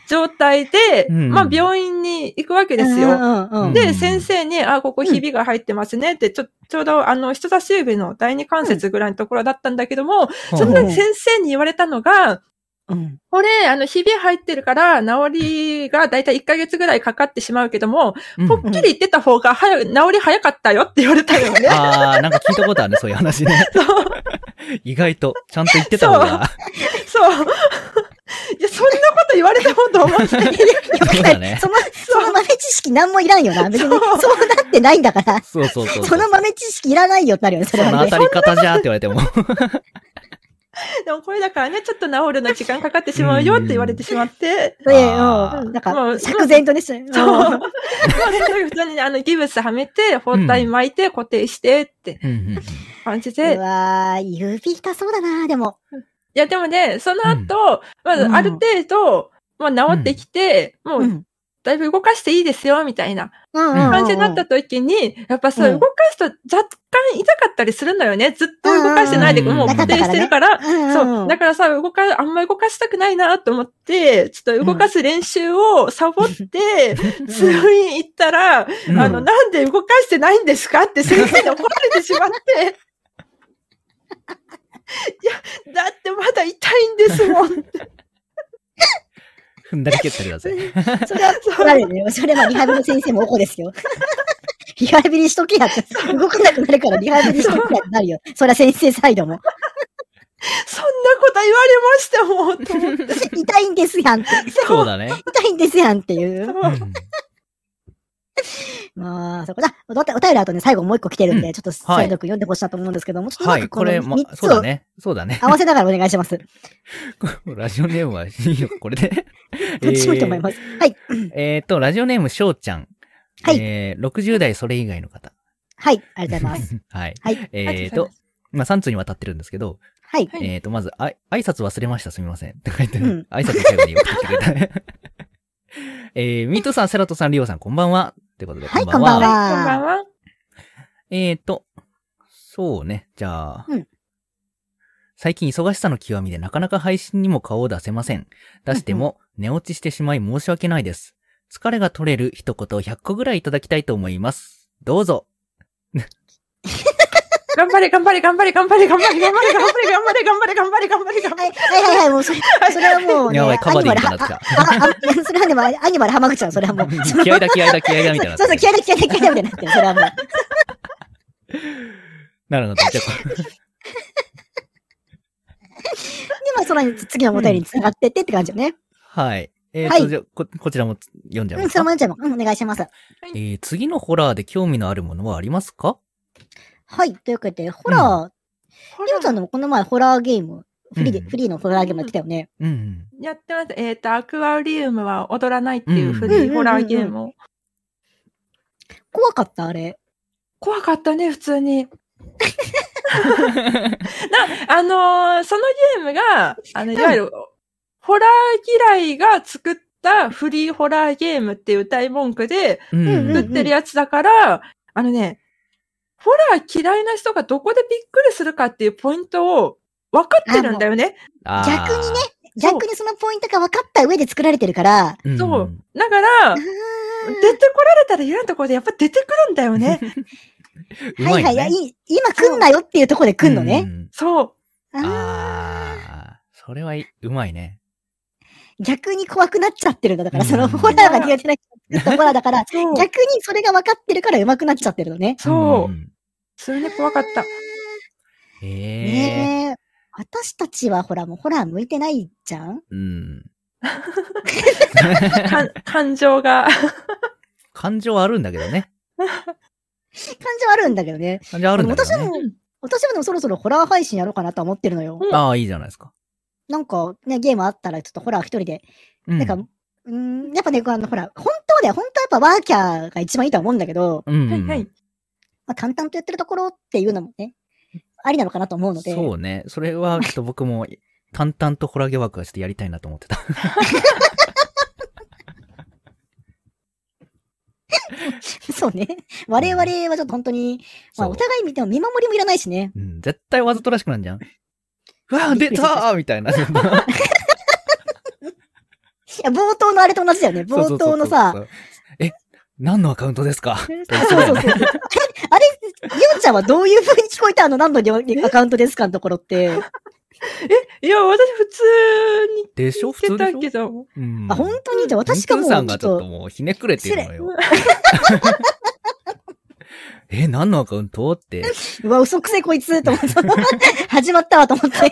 Speaker 3: 状態で、
Speaker 2: うん
Speaker 3: まあ、病院に行くわけです
Speaker 1: う
Speaker 3: よ。
Speaker 1: んうんうん。
Speaker 2: うん
Speaker 3: で、先生に、あ、ここひびが入ってますねって、ちょ、ちょうど、あの、人差し指の第二関節ぐらいのところだったんだけども、その
Speaker 1: んな
Speaker 3: 時先生に言われたのが、
Speaker 1: うん
Speaker 3: これ、あの、ひび入ってるから、治りがだいたい1ヶ月ぐらいかかってしまうけども、
Speaker 2: うん
Speaker 3: ぽっきり言ってた方が早い、治り早かったよって言われたよね。
Speaker 2: ああ、なんか聞いたことあるね、そういう話ね。
Speaker 3: そう。
Speaker 2: 意外と、ちゃんと言ってた方が。
Speaker 3: そう。いや、そんなこと言われても と思って。
Speaker 2: そうだね。
Speaker 1: その、その豆知識なんもいらんよな。別に、
Speaker 3: そう
Speaker 1: そうなってないんだから。
Speaker 2: そうそうそう。
Speaker 1: その豆知識いらないよってなるよね、そ
Speaker 2: そ
Speaker 1: れ
Speaker 2: の
Speaker 1: はね。
Speaker 2: 当たり方じゃーって言われて も。
Speaker 3: でもこれだからね、ちょっと治るの時間かかってしまうよって言われてしまって。
Speaker 1: ええ、
Speaker 2: あー
Speaker 1: うん。なん
Speaker 3: も
Speaker 1: か、
Speaker 3: う
Speaker 1: 釈然とね、そう。
Speaker 3: そう。まあ
Speaker 1: ん、
Speaker 3: 普通にあの、ギブスはめて、包帯巻いて、固定してって
Speaker 2: うんうんうん
Speaker 3: 感じで
Speaker 1: う。わー、指痛そうだな、でも。
Speaker 3: いや、でもね、その後、ま
Speaker 1: う
Speaker 3: ず
Speaker 1: ん
Speaker 3: ある程度、まあ治ってきて、も
Speaker 1: う
Speaker 3: う、
Speaker 1: ん。
Speaker 3: だいぶ動かしていいですよ、みたいな
Speaker 1: うん
Speaker 3: 感じになった時に、やっぱそう、
Speaker 1: う
Speaker 3: 動
Speaker 1: ん
Speaker 3: かすと若干痛かったりするのよね。ずっと動かしてないで、
Speaker 2: うん
Speaker 3: もう固定してるから。そう。だ
Speaker 1: か
Speaker 3: からさ、動か、あんま動かしたくないなと思って、ちょっと動かす練習をサボって、通院行ったら、
Speaker 2: うん
Speaker 3: あの、なんで動かしてないんですかって先生に怒られてしまって。いや、だってまだ痛いんですもん。
Speaker 2: 踏んだり蹴ったりだぜ。
Speaker 1: ら、それは、
Speaker 3: そう
Speaker 1: 怒られるよ。それはリハビリの先生もおこですよ。 リハビリしとけやって。動かなくなるからリハビリしとけやってなるよ。そりゃ先生サイドも。
Speaker 3: そんなこと言われましても、と思って。
Speaker 1: 痛いんですやんって。
Speaker 2: そうだね。
Speaker 1: 痛いんですやんっていう。
Speaker 2: う
Speaker 3: そうん
Speaker 1: まあ、そこだ。お便お便りあとね、最後もう一個来てるんで、ちょっと、サイドく読んでほしいなと思うんですけども、ちょっと
Speaker 2: は
Speaker 1: なんか
Speaker 2: い、こ
Speaker 1: こ
Speaker 2: れ、
Speaker 1: れ、
Speaker 2: ま
Speaker 1: 三、つ
Speaker 2: そうだ
Speaker 1: を
Speaker 2: ね。そうだね。
Speaker 1: 合わせながらお願いし ます。
Speaker 2: ラジオネームはいいよ、こ れで。
Speaker 1: どっちもいいと思います。はい。
Speaker 2: えっと、ラジオネーム、しょうちゃん。
Speaker 1: はい
Speaker 2: えー、60代それ以外の方。
Speaker 1: はい。ありがとうござい ます。
Speaker 2: はい。
Speaker 1: はい。
Speaker 3: あり
Speaker 2: えっ
Speaker 3: がと
Speaker 2: と
Speaker 3: うございま、す
Speaker 2: まあ、3通にわたってるんですけど、
Speaker 1: はい。
Speaker 3: はい
Speaker 2: えっと、まず、あい、挨拶忘れました、すみません。って書いてあ
Speaker 1: うん
Speaker 2: る。挨拶最後に送ってくれた ね。えー、ミートさん、セラトさん、リオさん、こんばんは。ってことで、
Speaker 1: はい
Speaker 2: こんば
Speaker 1: こんば
Speaker 2: ん
Speaker 1: ん
Speaker 2: は。
Speaker 3: はい、こんばんは。
Speaker 2: えっと、そうね、じゃあ
Speaker 1: うん。
Speaker 2: 最近忙しさの極みでなかなか配信にも顔を出せません。出しても寝落ちしてしまい申し訳ないです。疲れが取れる一言を100個ぐらいいただきたいと思います。どうぞ。
Speaker 3: 頑張れ、頑張れ、頑張れ、頑張れ、頑張れ、頑張れ、頑張れ、頑張れ、頑張れ、頑張れ、頑張れ、頑張
Speaker 1: は
Speaker 3: れ。
Speaker 1: い。はいはいはい。もうそれ、それはもうね、
Speaker 2: やばい、カ
Speaker 1: ア
Speaker 2: バ
Speaker 1: ニ
Speaker 2: ディ
Speaker 1: マ
Speaker 2: み
Speaker 1: ル
Speaker 2: たい
Speaker 1: は
Speaker 2: になっ、てきた。
Speaker 1: あ、あ、それはでも、アニマル浜口さん、それはもう。その
Speaker 2: 気合だ、気合だ、気合だ、みたいになって
Speaker 1: そう
Speaker 2: る。
Speaker 1: そう、気合いだ、気合いだ、気合いだ、みたいになってる。それはもう。
Speaker 2: なるほど。じゃあ、これ
Speaker 1: で、まあ、その次のお便りに繋がってってって感じよね。
Speaker 2: はい。えっ、
Speaker 1: は
Speaker 2: と、
Speaker 1: い
Speaker 2: じゃあこ、こちらも読んじゃいうま
Speaker 1: ん、
Speaker 2: す
Speaker 1: その
Speaker 2: か。
Speaker 1: ままじゃあもううん、お願いします。
Speaker 2: えー、次のホラーで興味のあるものはありますか
Speaker 1: はい。というわけで、ホラー、りょうちゃんでもこの前ホラーゲーム、フリーで、
Speaker 2: うん
Speaker 1: フリーのホラーゲームやってたよね。
Speaker 2: うん
Speaker 3: やってます。えっ、と、アクアリウムは踊らないっていうフ
Speaker 1: うんうん
Speaker 3: リ
Speaker 1: うんう
Speaker 3: ー
Speaker 1: ん
Speaker 3: ホラーゲームを。
Speaker 1: 怖かった、あれ。
Speaker 3: 怖かったね、普通に。な、あのーそのゲームが、あの、いわゆる、ホラー嫌いが作ったフリーホラーゲームっていう歌い文句で
Speaker 2: うん。うん
Speaker 1: うん
Speaker 2: う
Speaker 3: 作っ
Speaker 2: ん。
Speaker 3: てるやつだから、あのね、ホラー嫌いな人がどこでびっくりするかっていうポイントを分かってるんだよね。
Speaker 2: あー
Speaker 1: 逆にね、逆にそのポイントが分かった上で作られてるから、
Speaker 2: うん
Speaker 3: そう。だから、
Speaker 1: う
Speaker 3: 出て
Speaker 1: ーん
Speaker 3: こられたら嫌なところでやっぱ出てくるんだよね。
Speaker 2: う
Speaker 1: は
Speaker 2: ま
Speaker 1: い
Speaker 2: い
Speaker 1: は
Speaker 2: ね。
Speaker 1: いはいい。今来んなよっていうところで来んのね。
Speaker 2: うん
Speaker 3: そう。
Speaker 1: あ
Speaker 2: ああ、それはいい、うまいね。
Speaker 1: ー逆に怖くなっちゃってるんだ。だから、
Speaker 2: うん。
Speaker 1: そのホラーが苦手な人が作ったホラーだから、
Speaker 3: そう。
Speaker 1: 逆にそれが分かってるから上手くなっちゃってるのね。
Speaker 3: そうんそれね、怖かった。
Speaker 2: ええ。
Speaker 1: ねえ。私たちはほら、もうホラー向いてないじゃん
Speaker 2: うん。
Speaker 3: かん感情が。
Speaker 2: 感情はあるんだけどね。
Speaker 1: 感情あるんだけどね。
Speaker 2: 感情はあるんだけ
Speaker 1: 私
Speaker 2: ど
Speaker 1: も
Speaker 2: ね。
Speaker 3: うん、
Speaker 1: 私もでもそろそろホラー配信やろうかなとは思ってるのよ。
Speaker 2: ああ、いいじゃないですか。
Speaker 1: なんかね、ゲームあったらちょっとホラー一人で、
Speaker 2: うん。
Speaker 1: なんか、うーん、やっぱね、あの、ほら、本当はね、本当はやっぱワーキャーが一番いいとは思うんだけど、
Speaker 2: うんうん、
Speaker 3: はいはい。
Speaker 1: まあ、淡々とやってるところっていうのもね、ありなのかなと思うので、
Speaker 2: そうね。それは、ちょっと僕も、 淡々とホラーゲワークはちょっとやりたいなと思ってた。
Speaker 1: そうね。我々はちょっと本当に、まあ、
Speaker 2: そう
Speaker 1: お互い見ても見守りもいらないしね。
Speaker 2: うん、絶対わざとらしくなんじゃん。うわ、出たーみた いな。
Speaker 1: いや、冒頭のあれと同じだよね。冒頭のさ、
Speaker 2: そうそうそうそう。え、何のアカウントですか
Speaker 1: あ そうそうそう。あれ、あれ、ゆうちゃんはどういう風に聞こえたあの、何のアカウントですかのところって。
Speaker 3: いや、私普通に
Speaker 2: でしょ普
Speaker 3: 言
Speaker 2: 通
Speaker 3: って
Speaker 2: で
Speaker 3: た
Speaker 2: しょ
Speaker 3: けど。
Speaker 2: うん
Speaker 1: あ、本当にじゃあ私がもう、ち
Speaker 2: ミキューさ
Speaker 1: ょ
Speaker 2: ん
Speaker 1: っ
Speaker 2: がちょっと
Speaker 1: と、
Speaker 2: もうひねくれてるのよ。 え、何のアカウントって。
Speaker 1: うわ、嘘くせえこいつ、と思って、 始まったわ、と思って。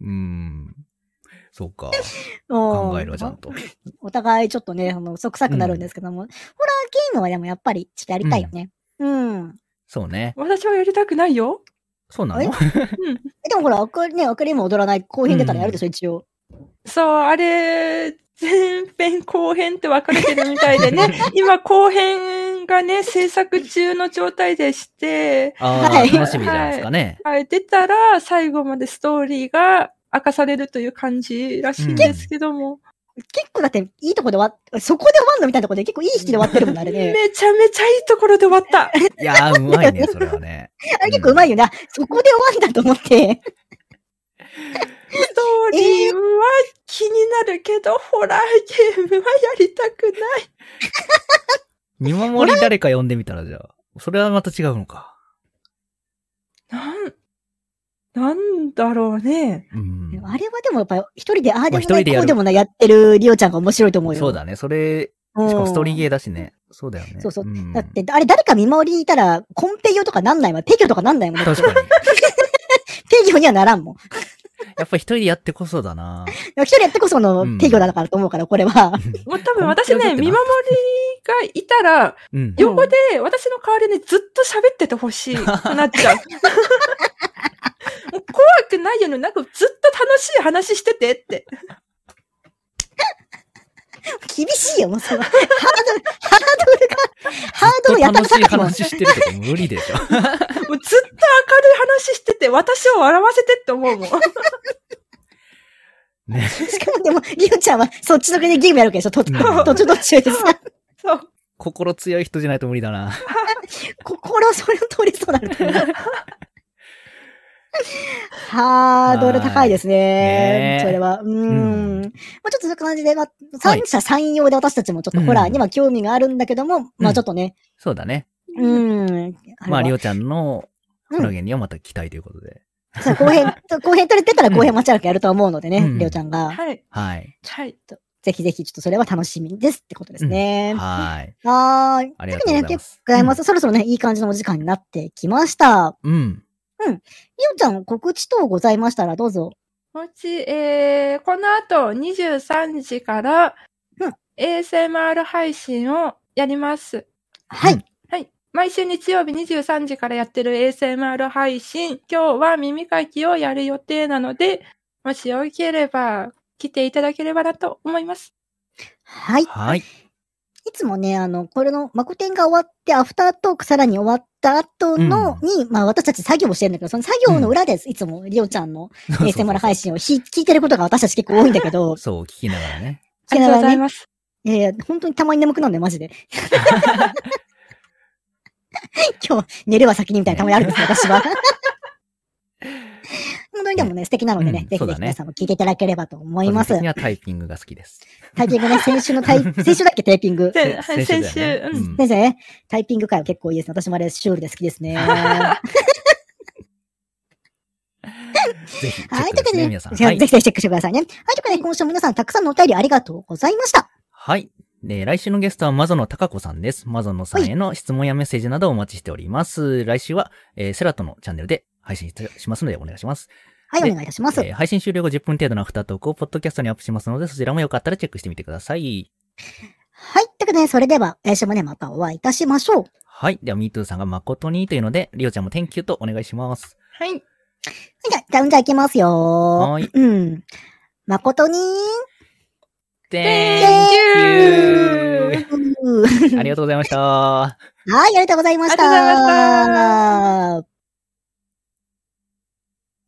Speaker 2: うん。そうか。
Speaker 1: もう
Speaker 2: 考えろ、ちゃんと。
Speaker 1: お互いちょっとね、あの、嘘くさくなるんですけども、ホラーゲームはでもやっぱり、ちょっとやりたいよね。うん。
Speaker 2: そうね。
Speaker 3: 私はやりたくないよ。
Speaker 2: そうなの
Speaker 3: うん。
Speaker 1: えでもほら、アクね、アクリルも踊らない、後編出たらやるでしょ、一応。
Speaker 3: そう、あれ、前編後編って分かれてるみたいで ね、今後編がね、制作中の状態でして、
Speaker 2: あ
Speaker 1: は
Speaker 2: あ、
Speaker 1: い
Speaker 2: 楽しみじゃないですかね。
Speaker 3: はい、出たら最後までストーリーが明かされるという感じらしいんですけども、
Speaker 1: 結構だって、いいとこで終わっ、そこで終わんのみたいなとこで結構いい引きで終わってるもんね、あれね。
Speaker 3: めちゃめちゃいいところで終わった。
Speaker 2: いやー、うまいね、それはね。
Speaker 1: あれ結構うまいよな。そこで終わんだと思って。
Speaker 3: ストーリーは気になるけど、ホラーゲームはやりたくない。
Speaker 2: 見守り誰か呼んでみたらじゃあ。それはまた違うのか。
Speaker 3: なん、なんだろうね。
Speaker 2: うん。
Speaker 1: あれはでもやっぱ一人で、ああでも
Speaker 2: 一
Speaker 1: な
Speaker 2: 人
Speaker 1: い、
Speaker 2: でやる
Speaker 1: こうでもない、やってるリオちゃんが面白いと思うよ。
Speaker 2: そうだね。それ、
Speaker 1: うん。
Speaker 2: しかもストーリーゲーだしね。そうだよね。
Speaker 1: そうそうんだって、あれ誰か見守りいたら、コンペ用とかなんないわ。ペギョとかなんないもん。ペ
Speaker 2: 確かに。
Speaker 1: ギョにはならんもん。
Speaker 2: やっぱ一人でやってこそだな。
Speaker 1: 一人やってこその
Speaker 2: うん
Speaker 1: ペギョだからと思うから、これ は。
Speaker 3: もう多分
Speaker 2: 本当
Speaker 3: 私
Speaker 2: にだ
Speaker 3: ね、
Speaker 2: ってな
Speaker 3: 見守りがいたら、
Speaker 2: うん。
Speaker 3: 横で私の代わりにずっと喋っててほしいくなっ ちゃう。もう怖くないよね。なんかずっと楽しい話しててって。
Speaker 1: 厳しいよ、もうその。ハードル、ハードルが、ハードルやたら
Speaker 2: 楽しい
Speaker 1: 高くもん。
Speaker 2: 話してるけど無理でしょ。
Speaker 3: もうずっと明るい話してて、私を笑わせてって 思うもん。
Speaker 2: ね。
Speaker 1: しかもでも、リオちゃんはそっちのけでゲームやるわけでしょ、途中
Speaker 2: うん
Speaker 1: 途中途中でさ。
Speaker 3: そう。
Speaker 2: 心強い人じゃないと無理だな。
Speaker 1: 心それを通りそうなる と思う。ハードル高いです
Speaker 2: は
Speaker 1: ね
Speaker 2: いね。
Speaker 1: それは。うー
Speaker 2: うん
Speaker 1: ん。まあちょっとそういう感じで、まあ、三者三様で私たちもちょっとホラーには興味があるんだけども、まあちょっとね、
Speaker 2: そうだね。
Speaker 1: うん。
Speaker 2: まあ、り
Speaker 1: オ、
Speaker 2: おちゃんの、
Speaker 1: うん
Speaker 2: ホラゲンにはまた期待ということで。
Speaker 1: そう後 編、後編取れてたら後編間違なくやると思うので
Speaker 2: う
Speaker 1: ね、
Speaker 2: ん
Speaker 1: りょうちゃんが。
Speaker 3: はい。
Speaker 2: はい。
Speaker 3: はい。
Speaker 1: ぜひぜひ、ちょっとそれは楽しみですってことですね。
Speaker 2: はい。
Speaker 1: はーい。
Speaker 2: ありがとうございます。
Speaker 1: ございます。そろそろね、いい感じのお時間になってきました。
Speaker 2: うん。うん。
Speaker 1: りょうちゃん、告知等ございましたらどうぞ。
Speaker 3: もうち、えー、この後23時から
Speaker 1: うん、
Speaker 3: ASMR 配信をやります。
Speaker 1: は
Speaker 2: う
Speaker 1: い
Speaker 2: ん。
Speaker 3: はい。毎週日曜日23時からやってる ASMR 配信。今日は耳かきをやる予定なので、もしよければ来ていただければなと思います。
Speaker 1: はい。
Speaker 2: はい。
Speaker 1: いつもね、あの、これの、マコテンが終わって、アフタートークさらに終わった後の、
Speaker 2: う
Speaker 1: に、まあ私たち作業をしてるんだけど、その作業の裏です。いつも、りおちゃんの ASMR 配信をひ聞いてることが私たち結構多いんだけ ど、
Speaker 2: そう、聞きながらね。
Speaker 3: ありがとうございます。
Speaker 1: いやいや、本当にたまに眠くなるんだよ、マジ で。今日、寝るは先にみたいなたまにあるんですよ、 私は。本当にでもね、素敵なのでね、
Speaker 2: うん
Speaker 1: ぜひ
Speaker 2: そ
Speaker 1: ぜ
Speaker 2: うだ
Speaker 1: ひ
Speaker 2: ね
Speaker 1: 皆さんも聞いていただければと思います
Speaker 2: 個人的に。はタイピングが好きです。
Speaker 1: タイピングね、先週の タイ、先週だっけ、テーピング。
Speaker 3: せん
Speaker 2: せ
Speaker 3: 先
Speaker 2: だ
Speaker 3: 週
Speaker 2: よ、ね
Speaker 3: うん
Speaker 2: うん
Speaker 1: 先生、タイピング会は結構いいですね。私もあれ、シュールで好きですね。 は
Speaker 2: ぜひ、チェッ
Speaker 1: い、
Speaker 2: ク
Speaker 1: という
Speaker 2: で
Speaker 1: わけでね、
Speaker 2: すね、皆さん。
Speaker 1: じゃ
Speaker 2: は
Speaker 1: あ
Speaker 2: い
Speaker 1: ぜひ。ぜひチェックしてくださいね。はい、というわけで、今週も皆さんたくさんのお便りありがとうございました。
Speaker 2: はい。で、来週のゲストはマゾノタカコさんです。マゾノさんへの質問やメッセージなどをお待ちしております。来週は、えーセラトのチャンネルで配信しますのでお願いします。
Speaker 1: はい、
Speaker 2: で
Speaker 1: お願いいたします。
Speaker 2: えー配信終了後10分程度のアフタートークをポッドキャストにアップしますので、そちらもよかったらチェックしてみてください。
Speaker 1: はい、というわけでね、それでは、来週もね、またお会いいたしましょう。
Speaker 2: はい。では、ミートゥーさんが誠にというので、リオちゃんも Thank you とお願いします。
Speaker 3: はい。
Speaker 1: はい、じゃあ、じゃあ、じゃあ行きますよ。
Speaker 2: はーい。
Speaker 1: うん。誠に
Speaker 2: て
Speaker 3: Thank you!
Speaker 1: ー
Speaker 2: ありがとうございました。
Speaker 1: はい、ありがとうございました。。
Speaker 3: ありがとうございました